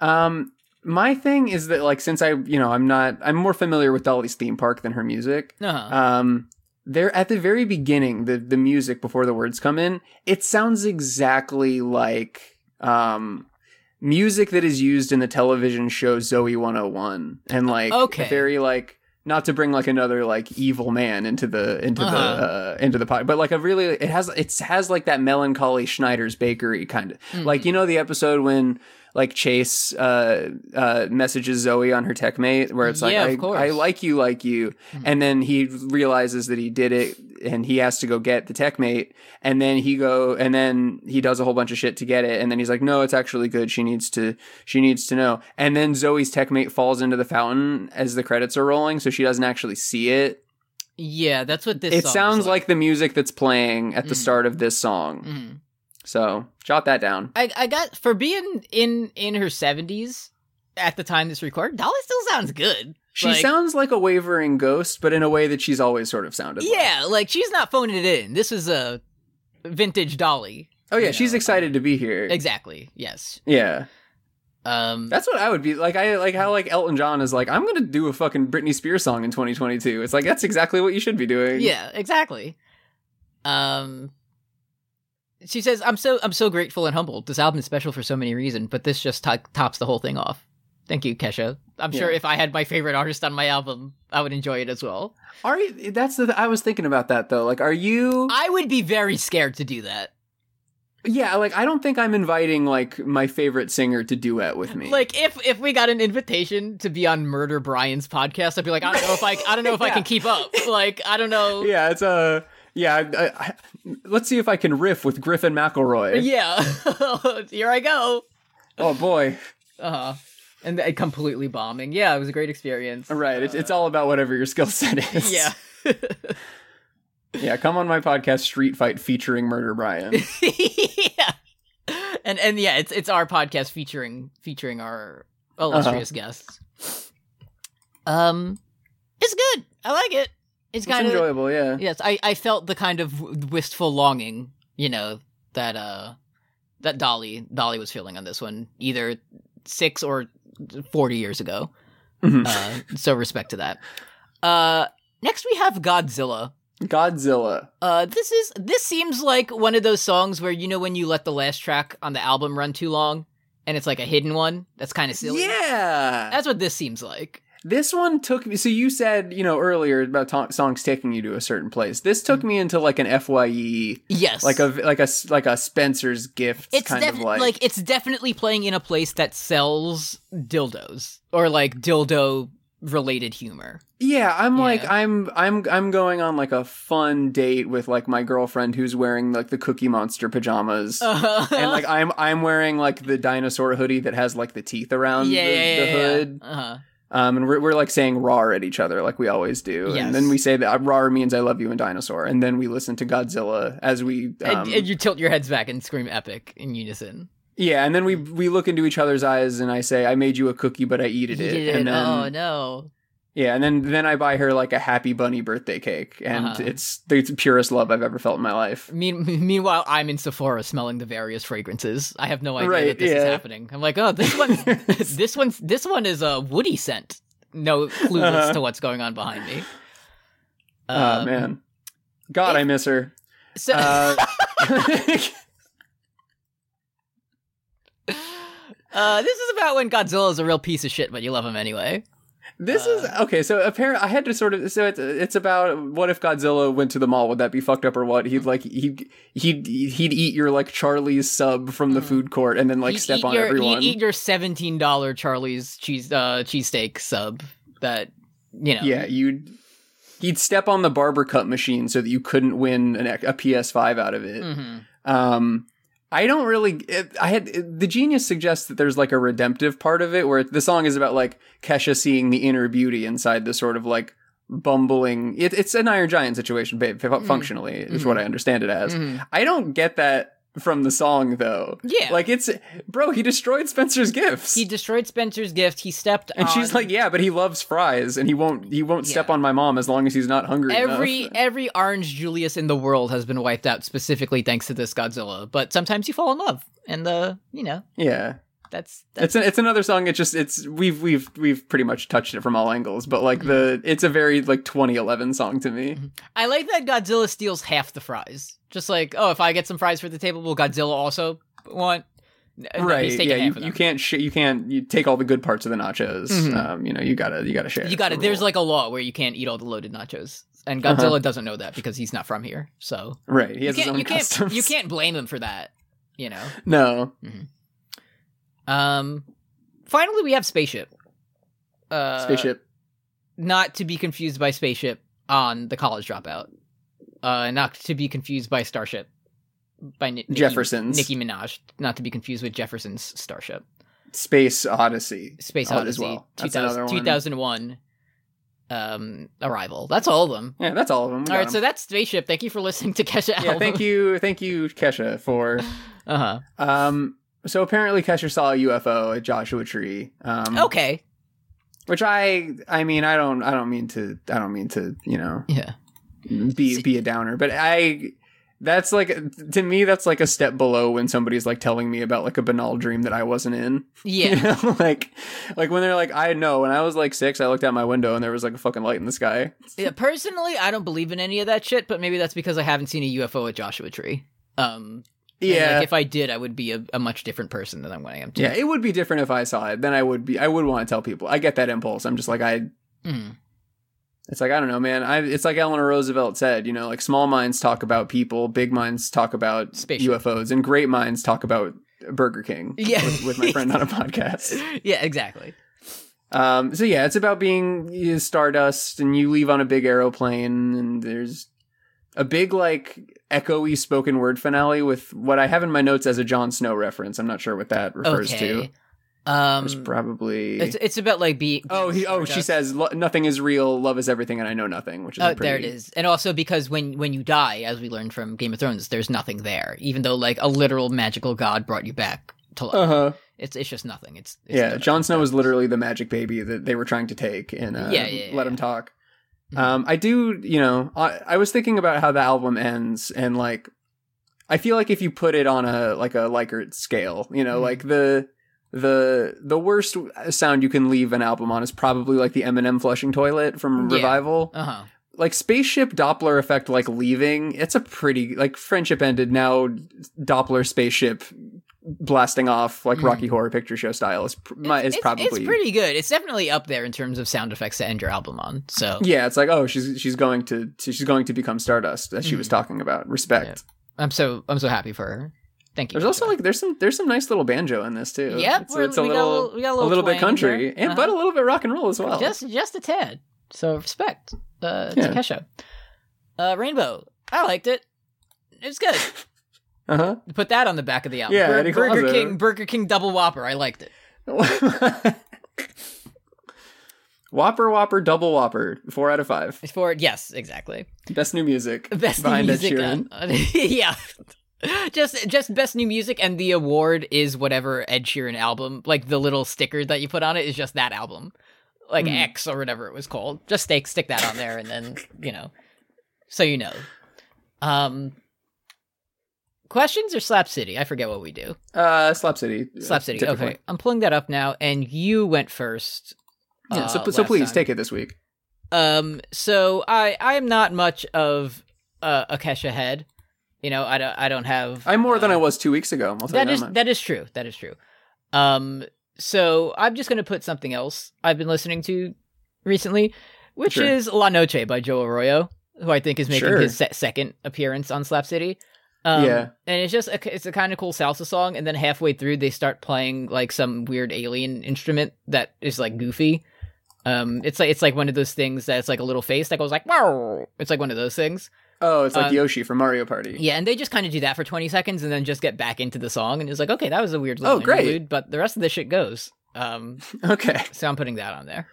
C: Um, my thing is that like since I you know I'm not I'm more familiar with Dolly's theme park than her music.
B: uh
C: Um, there at the very beginning, the the music before the words come in, it sounds exactly like um music that is used in the television show Zoe 101, and like
B: Uh, Okay.
C: very like. Not to bring like another like evil man into the into
B: Uh-huh.
C: the uh, into the pot, but like a really
B: Mm. Mm-hmm.
C: it has it has like that melancholy Schneider's Bakery kind of like you know the episode when like Chase uh, uh, messages Zoe on her tech mate, where it's like,
B: Yeah, of
C: I,
B: course. Mm-hmm.
C: I like you, like you. And then he realizes that he did it and he has to go get the tech mate. And then he go, and then he does a whole bunch of shit to get it. And then he's like, no, it's actually good. She needs to, she needs to know. And then Zoe's tech mate falls into the fountain as the credits are rolling. So she doesn't actually see it.
B: Yeah, that's what this.
C: It
B: song is
C: sounds like the music that's playing at the
B: Mm.
C: start of this song.
B: Mhm.
C: So jot that down.
B: I, I got for being in in her seventies at the time this recorded, Dolly still sounds good.
C: She
B: Like,
C: sounds like a wavering ghost, but in a way that she's always sort of sounded. like.
B: yeah, like she's not phoning it in. This is a vintage Dolly,
C: Oh yeah,
B: you
C: she's
B: know,
C: excited to be here.
B: exactly. Yes,
C: yeah,
B: um,
C: that's what I would be like. I like how like Elton John is like, I'm gonna do a fucking Britney Spears song in 2022. It's like that's exactly what you should be doing.
B: yeah, exactly. Um, she says, "I'm so I'm so grateful and humbled. This album is special for so many reasons, but this just to- tops the whole thing off." Thank you, Kesha. I'm sure
C: Yeah.
B: if I had my favorite artist on my album, I would enjoy it as well.
C: Are you? That's the. I was thinking about that though. Like, are you?
B: I would be very scared to do that.
C: yeah. Like, I don't think I'm inviting like my favorite singer to duet with me.
B: Like if if we got an invitation to be on Murder Brian's podcast, I'd be like, I don't know if I I don't know if I
C: <laughs> Yeah.
B: can keep up. Like I don't know. Yeah.
C: yeah, it's a. Yeah, I, I, let's see if I can riff with Griffin McElroy.
B: <laughs> Here I go.
C: Oh boy!
B: Uh huh. And th- completely bombing. Yeah, it was a great experience.
C: Right, it's, it's all about whatever your skill set is.
B: Yeah. <laughs>
C: Yeah, come on my podcast, Street Fight featuring Murder Brian.
B: yeah. And and yeah, it's it's our podcast featuring featuring our illustrious
C: Uh-huh.
B: guests. Um, it's good. I like it. It's
C: It's
B: kind of
C: enjoyable, yeah.
B: yes i i felt the kind of w- wistful longing you know that uh that dolly dolly was feeling on this one either six or 40 years
C: <laughs>
B: ago
C: Mhm.
B: uh so respect to that uh next we have godzilla
C: Godzilla.
B: uh this is this seems like one of those songs where you know when you let the last track on the album run too long and it's like a hidden one that's kind of silly
C: Yeah.
B: that's what this seems like
C: this one took me. So you said, you know, earlier about to- songs taking you to a certain place. This took me into like an Fye,
B: yes
C: like a like a like a Spencer's gift
B: it's
C: kind of
B: defi-
C: like.
B: like it's definitely playing in a place that sells dildos or like dildo related humor. <laughs>
C: yeah, I'm like
B: Yeah.
C: I'm I'm I'm going on like a fun date with like my girlfriend who's wearing like the Cookie Monster pajamas.
B: Uh,
C: and like I'm I'm wearing like the dinosaur hoodie that has like the teeth around the, the hood.
B: Uh-huh.
C: Um, and we're, we're like saying rar at each other, like we always do.
B: Yes.
C: And then we say that uh, rar means I love you in dinosaur. And then we listen to Godzilla as we, um,
B: and, and you tilt your heads back and scream epic in unison.
C: yeah. And then we we look into each other's eyes, and I say, "I made you a cookie, but I eated it."
B: You did
C: And
B: it.
C: then,
B: oh no.
C: yeah. And then then I buy her like a happy bunny birthday cake, and
B: Uh-huh.
C: it's the purest love I've ever felt in my life.
B: Mean- <laughs> meanwhile, I'm in Sephora smelling the various fragrances. I have no idea
C: Right,
B: that this is
C: yeah.
B: happening. I'm like, oh, this
C: <laughs>
B: one, this one's, this one is a woody scent. No clueless
C: Uh-huh.
B: to what's going on behind me.
C: oh
B: Um,
C: man, God, I miss
B: <laughs>
C: her.
B: So,
C: Uh, <laughs>
B: Uh, this is about when Godzilla's a real piece of shit, but you love him anyway.
C: This is
B: Uh,
C: okay. So apparently, I had to sort of. So it's it's about what if Godzilla went to the mall? Would that be fucked up or what? He'd like he'd he'd he'd eat your like Charlie's sub from the food court and then like
B: You
C: step
B: Hmm. eat
C: on
B: your, you
C: everyone.
B: eat your seventeen dollar Charlie's cheese uh, cheesesteak sub that you know.
C: yeah, you'd he'd step on the barber cut machine so that you couldn't win an, a PS5 out of it.
B: Mhm.
C: Um, I don't really. It, I had it- the genius suggests that there's like a redemptive part of it where the song is about like Kesha seeing the inner beauty inside the sort of like bumbling. It, it's an Iron Giant situation, ba- fu-
B: Mm.
C: functionally is
B: Mm-hmm.
C: what I understand it as.
B: Mhm.
C: I don't get that from the song though.
B: Yeah.
C: like it's bro. He destroyed Spencer's gifts.
B: He destroyed Spencer's gift. He stepped
C: and
B: on
C: she's like, "Yeah, but he loves fries, and he won't. He won't step
B: Yeah.
C: on my mom as long as he's not hungry."
B: every
C: enough.
B: every orange Julius in the world has been wiped out specifically thanks to this Godzilla. But sometimes you fall in love, and uh, you know
C: yeah,
B: that's that's
C: It's an, it's another song. It just it's we've we've we've pretty much touched it from all angles, but like the it's a very like 2011 song to me.
B: I like that Godzilla steals half the fries. Just like, oh, if I get some fries for the table, will Godzilla also want? No,
C: right?
B: He's taking
C: Yeah,
B: half
C: you,
B: of them.
C: you can't sh- you can't you take all the good parts of the nachos. Um, you know you gotta you gotta share.
B: You got it.
C: It's the
B: There's
C: rule.
B: like a law where you can't eat all the loaded nachos, and Godzilla doesn't know that because he's not from here. So
C: right. Uh-huh. He
B: you
C: has his <laughs>
B: can't
C: own
B: you can't
C: customs.
B: you can't blame him for that. You know.
C: No.
B: Um, finally, we have spaceship. Uh,
C: Spaceship.
B: not to be confused by spaceship on the college dropout. Uh, not to be confused by starship by Ni- Nicki-
C: Jefferson's.
B: Nicki Minaj. Not to be confused with Jefferson's starship.
C: Space Odyssey.
B: Space
C: Odd Oh, as
B: Odyssey,
C: well. That's
B: 2000,
C: another one.
B: 2001 um, Arrival. That's all of them.
C: Yeah, that's all of them. We
B: all
C: got
B: right, so
C: 'em.
B: that's Spaceship. Thank you for listening to Kesha
C: yeah,
B: album. <laughs>
C: thank you, thank you, Kesha, for.
B: Uh
C: Um, so apparently, Kesha saw a UFO at Joshua Tree. Um,
B: huh. Okay.
C: Which I, I mean, I don't, I don't mean to, I don't mean to, you know,
B: Yeah.
C: be be a downer, but I. That's like to me. That's like a step below when somebody's like telling me about like a banal dream that I wasn't in. <laughs>
B: <laughs>
C: You
B: Yeah.
C: know, like, like when they're like, I know. When I was like six, I looked out my window and there was like a fucking light in the sky.
B: yeah. Personally, I don't believe in any of that shit, but maybe that's because I haven't seen a UFO at Joshua Tree. Um. and,
C: Yeah,
B: like, if I did, I would be a, a much different person than I am
C: yeah.
B: today.
C: It would be different if I saw it. Then I would be. I would want to tell people. I get that impulse. I'm just like I.
B: Mm.
C: It's like I don't know, man. I. It's like Eleanor Roosevelt said. You know, like small minds talk about people, big minds talk about
B: Spaceship.
C: UFOs, and great minds talk about Burger King.
B: <laughs> Yeah.
C: with, with my friend on
B: <laughs>
C: a podcast.
B: yeah. Exactly.
C: Um, so yeah, it's about being you know, stardust, and you leave on a big aeroplane, and there's a big like echoey spoken word finale with what I have in my notes as a Jon Snow reference. I'm not sure what that refers
B: okay.
C: to.
B: Um.
C: It's probably
B: It's, it's about like be.
C: oh he, oh she
B: said.
C: says "Lo- nothing is real, love is everything, and I know nothing, which is
B: Oh,
C: a pretty,
B: there it is. And also because when when you die, as we learned from Game of Thrones, there's nothing there. Even though like a literal magical god brought you back to life,
C: Uh huh.
B: it's it's just nothing. It's, it's
C: Yeah,
B: nothing.
C: Jon Snow is literally the magic baby that they were trying to take and uh,
B: Yeah, yeah, yeah,
C: let him
B: yeah.
C: talk.
B: Mhm.
C: Um, I do, you know, I, I was thinking about how the album ends and like, I feel like if you put it on a like a Likert scale, you know,
B: Mhm.
C: like the the the worst sound you can leave an album on is probably like the Eminem flushing toilet from
B: Yeah.
C: Revival.
B: Uh huh.
C: Like spaceship Doppler effect, like leaving. It's a pretty like friendship ended now. Doppler spaceship blasting off like
B: Mhm.
C: Rocky Horror Picture Show style is pr- my, is
B: it's,
C: probably
B: it's pretty good. It's definitely up there in terms of sound effects to end your album on. So
C: Yeah, it's like oh, she's she's going to she's going to become Stardust as she was talking about. Respect.
B: I'm so I'm so happy for her. Thank you.
C: There's also like there's some there's some nice little banjo in this too.
B: yep,
C: it's,
B: we're-
C: it's a
B: we got
C: little
B: we got
C: a little bit
B: twang in there.
C: country and
B: Uh-huh.
C: but a little bit rock and roll as well.
B: just just a tad. So respect uh,
C: Yeah.
B: to Kesha. Uh, Rainbow, I liked it. It was good.
C: uh
B: Put that on the back of the album.
C: Yeah,
B: Bur-
C: Eddie
B: Burger
C: Clauser.
B: King, Burger King double whopper. I liked it.
C: huh. <laughs> Whopper, Whopper, Double Whopper, four out of five.
B: For yes, exactly. <laughs>
C: Best new music.
B: Best
C: behind
B: new
C: Ed
B: music.
C: Sheeran.
B: uh, <laughs> yeah. Just just best new music and the award is whatever Ed Sheeran album, like the little sticker that you put on it is just that album. Like
C: Mhm.
B: X or whatever it was called. Just stick stick that on there and then, you know. So you know. Um Questions or Slap City? I forget what we do.
C: Uh, Slap City.
B: Slap City.
C: typically.
B: Okay. I'm pulling that up now and you went first.
C: Yeah, so,
B: uh,
C: so
B: last
C: please
B: time.
C: take it this week.
B: Um, so I I am not much of uh, a Kesha head. You know, I don't I don't have.
C: I'm more than
B: uh,
C: I was two weeks ago. I'll tell
B: That
C: you
B: is
C: much.
B: that is true. That is true. Um, so I'm just gonna put something else I've been listening to recently, which
C: Sure.
B: is La Noche by Joe Arroyo, who I think is making
C: Sure.
B: his se- second appearance on Slap City. Um,
C: Yeah.
B: and it's just a, it's a kind of cool salsa song, and then halfway through they start playing like some weird alien instrument that is like goofy. Um, it's like it's like one of those things that's like a little face that goes like wow. It's like one of those things.
C: oh, it's like
B: um,
C: Yoshi from Mario Party.
B: Yeah, and they just kind of do that for twenty seconds, and then just get back into the song, and it's like okay, that was a weird little
C: Oh, great.
B: interlude, but the rest of the shit goes. Um,
C: <laughs> Okay.
B: so I'm putting that on there.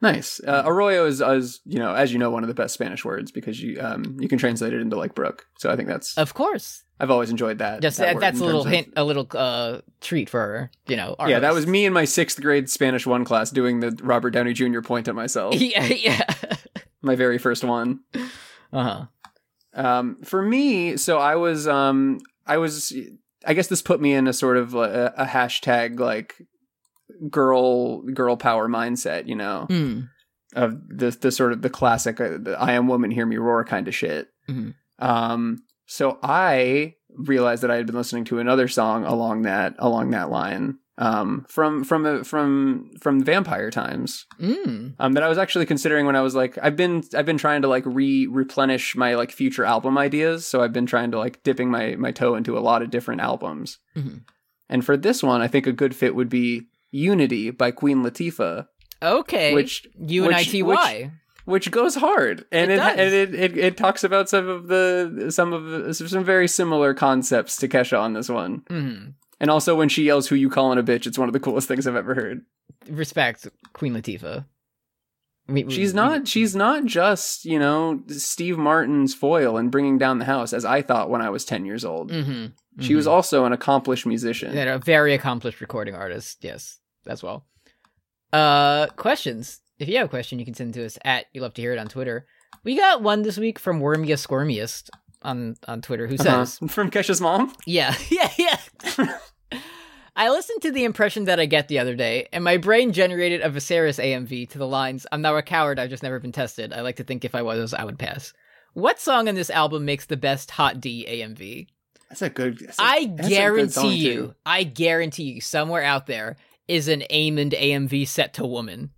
C: Nice. Uh, Arroyo is, is, you know, as you know, one of the best Spanish words because you um, you can translate it into like brook. So I think that's
B: Of course,
C: I've always enjoyed that.
B: just
C: that
B: that
C: word
B: that's
C: in
B: a little
C: terms of-
B: hint, a little uh treat for you know. Our
C: yeah, that was
B: hosts.
C: me in my sixth grade Spanish one class doing the Robert Downey Jr. point
B: <laughs>
C: at myself.
B: yeah, yeah.
C: my very first one.
B: Uh huh.
C: Um, for me, so I was um, I was I guess this put me in a sort of uh, a, a hashtag like girl girl power mindset. You know,
B: Mm.
C: of the the sort of the classic uh, the "I am woman, hear me roar" kind of shit.
B: Mhm.
C: Um, so I realized that I had been listening to another song along that along that line um, from from uh, from from Vampire Times
B: Mm.
C: um, that I was actually considering when I was like I've been I've been trying to like re replenish my like future album ideas. So I've been trying to like dipping my my toe into a lot of different albums.
B: Mhm.
C: And for this one, I think a good fit would be Unity by Queen Latifah,
B: Okay.
C: Which-
B: U
C: which-
B: N I T Y.
C: which goes hard, and
B: It
C: it
B: does.
C: and it, it, it talks about some of the some of the, some very similar concepts to Kesha on this one.
B: Mhm.
C: And also, when she yells, "Who you calling a bitch?" It's one of the coolest things I've ever heard.
B: Respect Queen Latifah. We- we-
C: She's
B: we-
C: not. She's not just you know Steve Martin's foil and bringing down the house, as I thought when I was ten years old.
B: Mhm.
C: She was
B: Mhm.
C: also an accomplished musician.
B: And a very accomplished recording artist. Yes, as well. Uh, questions. If you have a question, you can send it to us at you love to hear it on Twitter. We got one this week from Wormiest Squirmiest on on Twitter who
C: Uh-huh.
B: says,
C: <laughs> from Kesha's mom.
B: "Yeah, <laughs> yeah, yeah." <laughs> I listened to the impression that I get the other day, and my brain generated a Viserys AMV to the lines, "I'm now a coward. I've just never been tested. I like to think if I was, I would pass." What song on this album makes the best Hot D AMV?
C: That's a good. That's a-
B: I
C: that's a good song,
B: guarantee you,
C: too.
B: I guarantee you, somewhere out there is an aim and AMV set to woman.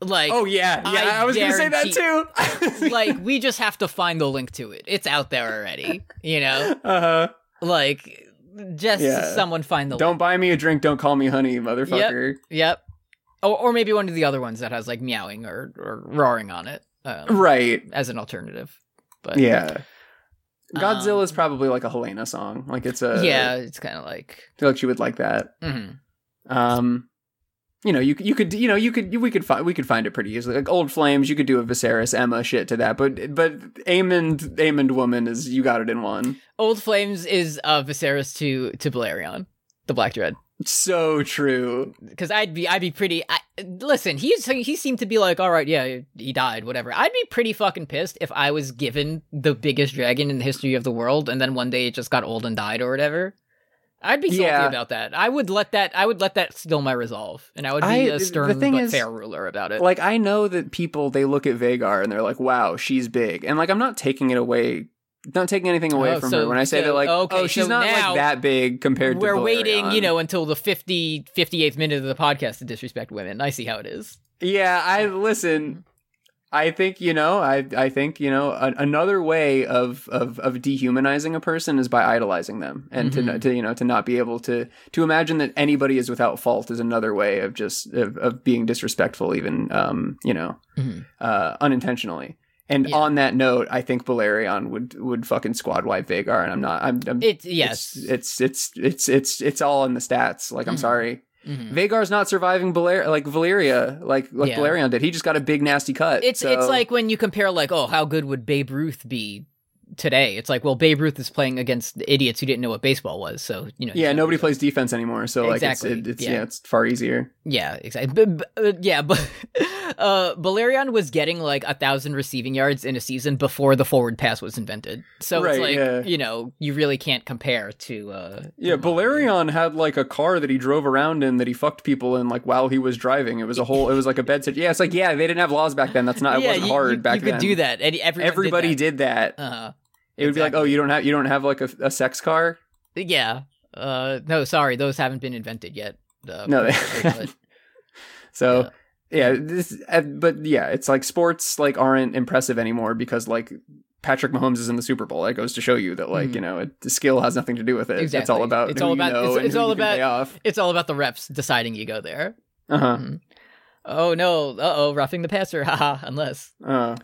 B: Like,
C: Oh yeah, yeah.
B: I
C: I, was gonna say that <laughs> too.
B: like we just have to find the link to it. It's out there already. You
C: <laughs>
B: know,
C: uh huh.
B: like just
C: Yeah.
B: someone find the
C: Don't
B: link.
C: buy me a drink. Don't call me honey, motherfucker.
B: Yep. Or, or maybe one of the other ones that has like meowing or, or roaring on it um,
C: Right.
B: as an alternative. But
C: Yeah. Godzilla is
B: Um,
C: probably like a Helena song. Like it's a
B: yeah, it's kind of like
C: I feel like she would like that.
B: mhm.
C: Um, you know, you you could you know you could we could find we could find it pretty easily. Like old flames, you could do a Viserys Emma shit to that. But but Amond Amond woman is you got it in one.
B: old flames is uh, Viserys to to Balerion, the Black Dread.
C: So true.
B: because I'd be I'd be pretty. I, listen, he he seemed to be like, all right, yeah, he died, whatever. I'd be pretty fucking pissed if I was given the biggest dragon in the history of the world, and then one day it just got old and died or whatever. I'd be salty
C: Yeah.
B: about that. I would let that. I would let that steal my resolve, and I would
C: I-
B: be a
C: the
B: stern
C: thing
B: but
C: is,
B: fair ruler about it.
C: Like I know that people they look at Vagar and they're like, wow, she's big. And like I'm not taking it away. Not taking anything away
B: Oh,
C: from
B: so-
C: her when I say
B: so-
C: that, like,
B: okay,
C: oh, she's
B: so
C: not
B: now
C: like that big compared to.
B: We're waiting,
C: Velaryon.
B: you know, until the 50, 58th minute of the podcast to disrespect women. I see how it is.
C: Yeah, I
B: mm-hmm.
C: listen. I think you know. I I think you know. A, another way of, of of dehumanizing a person is by idolizing them, and to
B: Mhm.
C: no- to to you know to not be able to to imagine that anybody is without fault is another way of just of, of being disrespectful, even um you know
B: Mhm.
C: uh, unintentionally. And
B: Yeah.
C: on that note, I think Balerion would would fucking squad wipe Vagar, and I'm not. I'm, I'm
B: It yes,
C: It's, it's it's it's it's it's all in the stats. Like I'm
B: Mhm.
C: sorry.
B: Mhm.
C: Vagar's not surviving Valer- like Valeria, like like
B: Yeah.
C: Valerion did. He just got a big nasty cut.
B: It's
C: so-
B: it's like when you compare like, oh, how good would Babe Ruth be today? It's like, well, Babe Ruth is playing against idiots who didn't know what baseball was, so you know. he's
C: yeah,
B: not
C: nobody
B: really-
C: plays defense anymore, so like
B: Exactly,
C: it's it, it's
B: yeah.
C: yeah. it's far easier.
B: Yeah, exactly. But, but, uh, yeah, but <laughs> uh, Balerion was getting like a thousand receiving yards in a season before the forward pass was invented. So it's
C: Right,
B: like
C: yeah.
B: you know you really can't compare to. Uh,
C: Yeah, Balerion had like a car that he drove around in that he fucked people in like while he was driving. It was a whole it was like a bed sit. Yeah, it's like yeah, they didn't have laws back then. That's not
B: <laughs>
C: it
B: yeah,
C: wasn't
B: you,
C: hard
B: you,
C: back
B: you
C: then.
B: could do that. and everyone
C: Everybody
B: did.
C: did that.
B: that. Uh-huh.
C: it would be like, "Oh,
B: exactly.
C: you don't have you don't have like a, a sex car?"
B: Yeah. Uh, no, sorry, those haven't been invented yet. Uh,
C: No, they-
B: but-
C: So yeah, this uh, but yeah, it's like sports like aren't impressive anymore because like Patrick Mahomes is in the Super Bowl. That goes to show you that like
B: Mhm.
C: you know it, the skill has nothing to do with it. It's
B: Exactly.
C: all about
B: It's
C: who
B: all
C: you
B: about-
C: know
B: it's-
C: and
B: it's
C: who
B: all
C: you can
B: about-
C: pay off.
B: it's all about the reps deciding you go there.
C: Uh-huh.
B: Mhm. Oh no! Uh oh, roughing the passer. <laughs> Haha. Unless
C: Uh,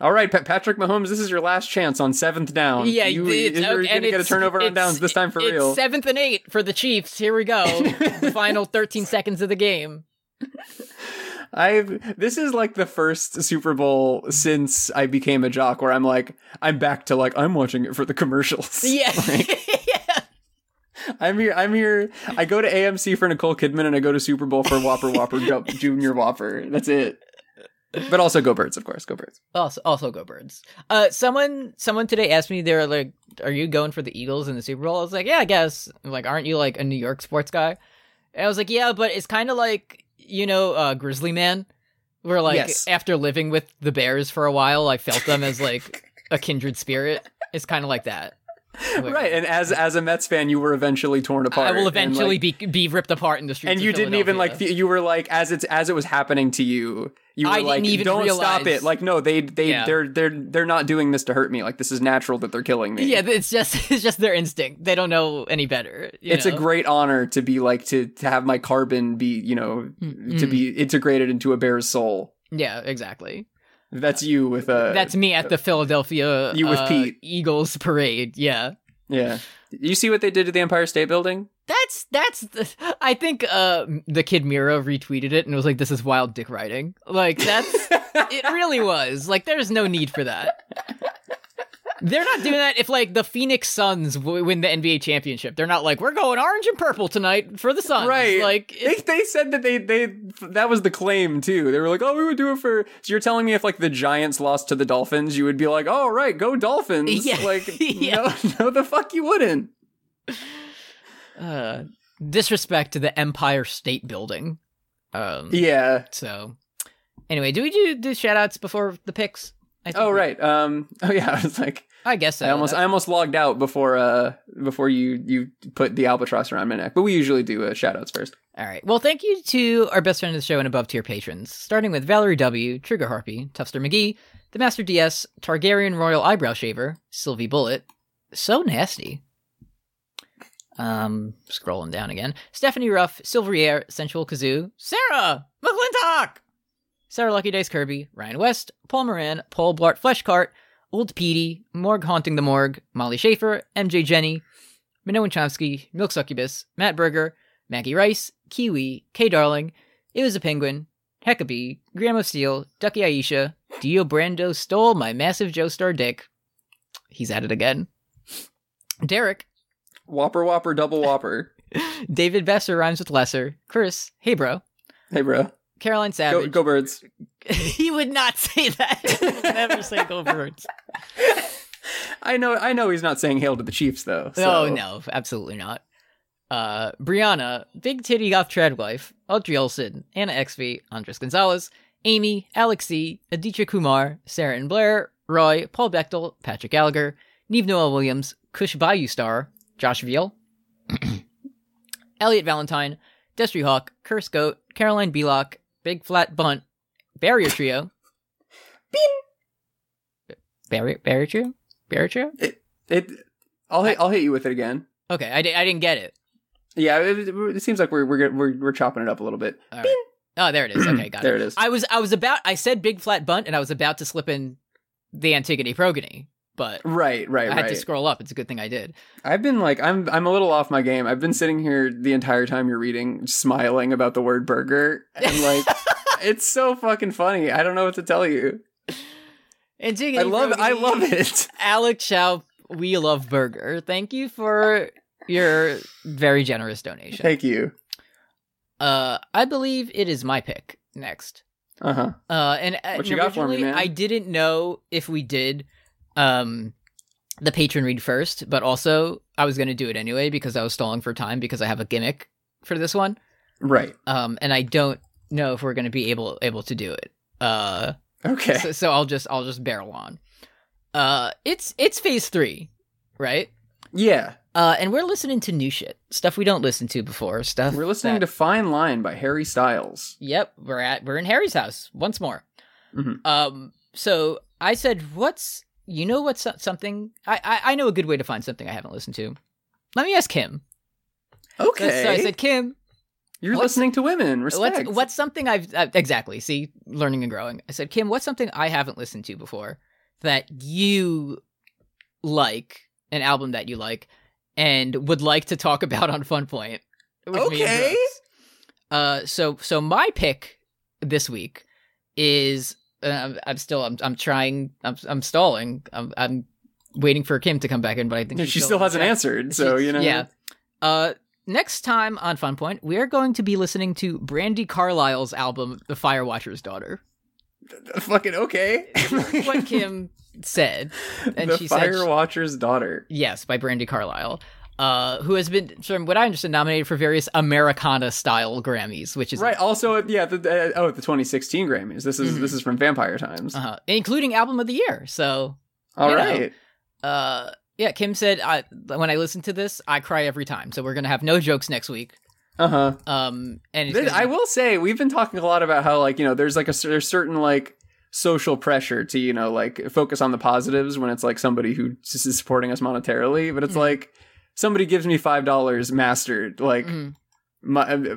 C: all right, Pa- Patrick Mahomes, this is your last chance on seventh down.
B: yeah,
C: Um, you,
B: it's,
C: you're
B: okay,
C: gonna
B: and
C: get a
B: it's-
C: turnover on
B: it's-
C: downs this time for
B: it's
C: real.
B: Seventh and eight for the Chiefs. Here we
C: <laughs>
B: go. the final thirteen seconds of the game.
C: I've this is like the first Super Bowl since I became a jock where I'm like I'm back to like I'm watching it for the commercials.
B: Yeah.
C: Like, I'm here. I'm here. I go to AMC for Nicole Kidman, and I go to Super Bowl for Whopper Whopper Ju-
B: <laughs>
C: Junior Whopper. That's it. But also Go Birds, of course. Go Birds.
B: also, also go birds. Uh, someone, someone today asked me, they're like, "Are you going for the Eagles in the Super Bowl?" I was like, "Yeah, I guess." I'm like, aren't you like a New York sports guy? And I was like, "Yeah, but it's kind of like you know, uh, Grizzly Man, where like
C: Yes.
B: after living with the Bears for a while, I felt them as like a kindred spirit. It's kind of like that." Where-
C: Right, and as as a Mets fan, you were eventually torn apart.
B: I will
C: and, like,
B: eventually be be ripped apart in the streets.
C: and
B: of
C: you didn't even like
B: Philadelphia.
C: fe- you were like as it's as it was happening to you you were
B: I didn't
C: like
B: even
C: don't stop
B: realize-
C: it like no they they
B: Yeah.
C: they're they're they're not doing this to hurt me like this is natural that they're killing me
B: yeah, it's just <laughs> it's just their instinct. They don't know any better. you
C: it's
B: know?
C: a great honor to be like to to have my carbon be you know
B: Mm,
C: to
B: mm.
C: be integrated into a bear's soul
B: yeah, exactly.
C: that's you with a
B: Uh, That's me at the Philadelphia
C: You with
B: uh,
C: Pete.
B: Eagles parade. Yeah.
C: yeah you see what they did to the Empire State Building
B: That's that's the, I think uh the kid Miro retweeted it and was like this is wild dick riding. Like
C: <laughs>
B: that's it really was. Like there's no need for that. They're not doing that if like the Phoenix Suns w- win the NBA championship. They're not like we're going orange and purple tonight for the Suns.
C: Right.
B: Like
C: They,
B: it's,
C: they said that they they that was the claim too. They were like, "Oh, we would do it for." So you're telling me if like the Giants lost to the Dolphins, you would be like, "All right, go Dolphins!"
B: Yeah.
C: <laughs>
B: <laughs>
C: Like,
B: Yeah.
C: no, no, the fuck you wouldn't.
B: uh disrespect to the Empire State Building. Um
C: Yeah.
B: so anyway, do we do do shout outs before the picks? I think
C: Oh
B: we-
C: right. Um. Oh yeah. <laughs> I was like,
B: I guess so. uh,
C: I almost
B: That-
C: I almost logged out before uh before you you put the albatross around my neck. But we usually do uh, shout outs first.
B: All right. Well, thank you to our best friend of the show and above tier patrons, starting with Valerie W, Trigger Harpy, Tufster McGee, The Master DS, Targaryen Royal Eyebrow Shaver, Sylvie Bullet, so nasty. Um, scrolling down again. Stephanie Ruff, Silverier, Sensual Kazoo, Sarah McClintock, Sarah Lucky Days Kirby, Ryan West, Paul Moran, Paul Blart Fleshcart, Old Petey, Morgue Haunting the Morgue, Molly Schaefer, MJ Jenny, Minoan Chomsky, Milk Succubus, Matt Berger, Maggie Rice, Kiwi, K Darling, It Was a Penguin, Heckabee, Graham of Steel, Ducky Aisha, Dio Brando stole my massive Joe Star dick. He's at it again. Derek,
C: Whopper, whopper, double whopper.
B: David Besser rhymes with lesser, Chris, hey bro,
C: hey, bro.
B: Caroline
C: Go,
B: Savage.
C: go birds.
B: <laughs> he would not say that. He would <laughs> Never say go birds.
C: I know. I know. He's not saying hail to the Chiefs though.
B: Oh
C: so-
B: no, absolutely not. Uh, Brianna, Big Titty Goth Tradwife, Audrey Olson, Anna XV, Andres Gonzalez, Amy, Alexi, Aditya Kumar, Sarah and Blair, Roy, Paul Bechtel, Patrick Gallagher, Neve Noel Williams, Kush Bayou Star, Josh Veal, <clears throat> Elliot Valentine, Destry Hawk, Curse Goat, Caroline Belock, Big Flat Bunt, Barrier Trio. Barrier, barrier Trio? Barrier Trio?
C: It. I'll hit, I'll hit you with it again.
B: Okay, I, di- I didn't get it.
C: Yeah, it, it seems like we're, we're we're we're chopping it up a little bit.
B: All right. Oh, there it is. <clears throat>
C: <clears throat>
B: Okay, got
C: There
B: it.
C: it is.
B: I was I was about I said big flat bunt and I was about to slip in the Antigone Progony, but
C: Right, right,
B: I had to
C: right.
B: scroll up. It's a good thing I did.
C: I've been like, I'm I'm a little off my game. I've been sitting here the entire time you're reading, smiling about the word burger,
B: <laughs>
C: and like, it's so fucking funny. I don't know what to tell you.
B: Antigone
C: I love I
B: Progony,
C: love it.
B: Alex Schau, we love burger. Thank you for your very generous donation.
C: Thank you.
B: Uh I believe it is my pick next.
C: Uh huh.
B: Uh, and uh,
C: What you got for me,
B: originally,
C: man?
B: I didn't know if we did um, the patron read first, but also I was going to do it anyway because I was stalling for time because I have a gimmick for this one,
C: Right.
B: um, and I don't know if we're going to be able able to do it. Uh,
C: <laughs> Okay.
B: so, so I'll just I'll just barrel on. Uh, it's it's phase three, right?
C: yeah,
B: Uh, and we're listening to new shit, stuff we don't listen to before, stuff
C: we're listening
B: that-
C: to "Fine Line" by Harry Styles.
B: Yep, we're at we're in Harry's house once more.
C: Mhm.
B: Um, so I said, "What's you know what's so- something I, I I know a good way to find something I haven't listened to. Let me ask Kim." So-
C: Okay.
B: So I said, "Kim,
C: you're
B: what's-
C: listening to women. Respect.
B: what's what's something I've uh, exactly see learning and growing?" I said, "Kim, what's something I haven't listened to before that you like an album that you like and would like to talk <laughs> about on Fun Point?" with me and
C: Okay.
B: Brooks?" Uh, so so my pick this week is uh, I'm, I'm still I'm I'm trying I'm I'm stalling I'm I'm waiting for Kim to come back in, but I think
C: she still hasn't answered. So
B: she-
C: you know.
B: yeah. Uh, next time on Fun Point, we are going to be listening to Brandy Carlisle's album, The Fire Watcher's Daughter.
C: <laughs> Fucking okay. <laughs>
B: <laughs> what Kim said, and
C: the
B: she said
C: Fire
B: she-
C: Watcher's daughter.
B: Yes, by Brandy Carlisle, uh, who has been, from what I understand, nominated for various Americana style Grammys, which is
C: Right. Also, yeah. The, uh, oh, the 2016 Grammys. This is
B: Mm-hmm.
C: this is
B: Uh-huh.
C: from Vampire Times.
B: uh, including album of the year. So
C: All
B: you know.
C: right.
B: uh, Yeah, Kim said I, when I listen to this, I cry every time. So we're gonna have no jokes next week.
C: Uh huh.
B: Um, and it's
C: Th-
B: gonna-
C: I will say we've been talking a lot about how like you know there's like a cer- there's certain like social pressure to you know like focus on the positives when it's like somebody who s- is supporting us monetarily, but it's
B: Mm.
C: like somebody gives me five dollars mastered like.
B: Mhm.
C: My, uh,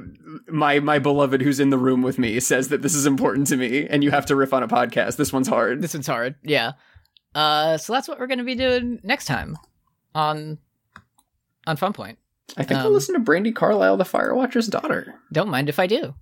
C: my my beloved who's in the room with me says that this is important to me and you have to riff on a podcast this one's hard
B: this one's hard. Yeah. Uh, so that's what we're gonna be doing next time on on Fun Point.
C: i think i'll
B: um,
C: listen to brandy carlisle the firewatcher's daughter
B: Don't mind if I do.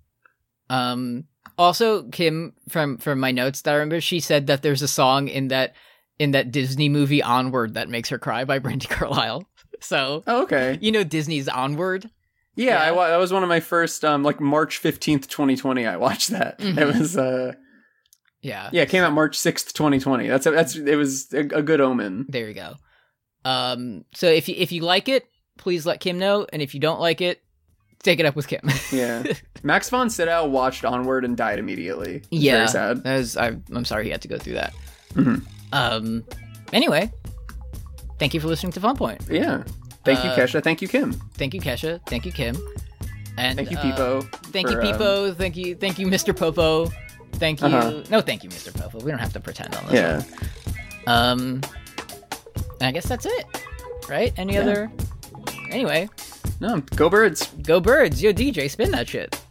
B: Um, also, Kim from from my notes that I remember, she said that there's a song in that in that Disney movie Onward that makes her cry by <laughs> Brandy Carlisle. So
C: oh, <laughs> okay
B: you know Disney's Onward.
C: Yeah, I
B: Yeah.
C: wa- that was one of my first, um, like March fifteenth, twenty twenty. I watched that. It
B: Mhm.
C: was, uh,
B: Yeah.
C: yeah, it came out March sixth, twenty twenty. That's a, that's it was a, a good omen.
B: There you go. Um, so if you if you like it, please let Kim know, and if you don't like it, take it up with Kim. <laughs>
C: Yeah, <laughs> Max von Sydow watched Onward and died immediately. It's
B: Yeah.
C: very sad.
B: That was- I, I'm sorry he had to go through that.
C: Mhm.
B: Um, anyway, thank you for listening to Fun Point.
C: Yeah, thank you,
B: Uh,
C: Kesha. Thank you, Kim.
B: Thank you, Kesha. Thank you, Kim. And
C: Thank you,
B: uh,
C: Peepo.
B: thank you,
C: for, um,
B: Peepo. thank you, thank you, Mr. Popo. Thank you.
C: Uh-huh.
B: No, thank you, Mr. Popo. We don't have to pretend on this.
C: yeah,
B: one. Um, and I guess that's it, right? Any
C: Yeah.
B: other? Anyway,
C: no, go birds.
B: go birds. Yo, DJ, spin that shit.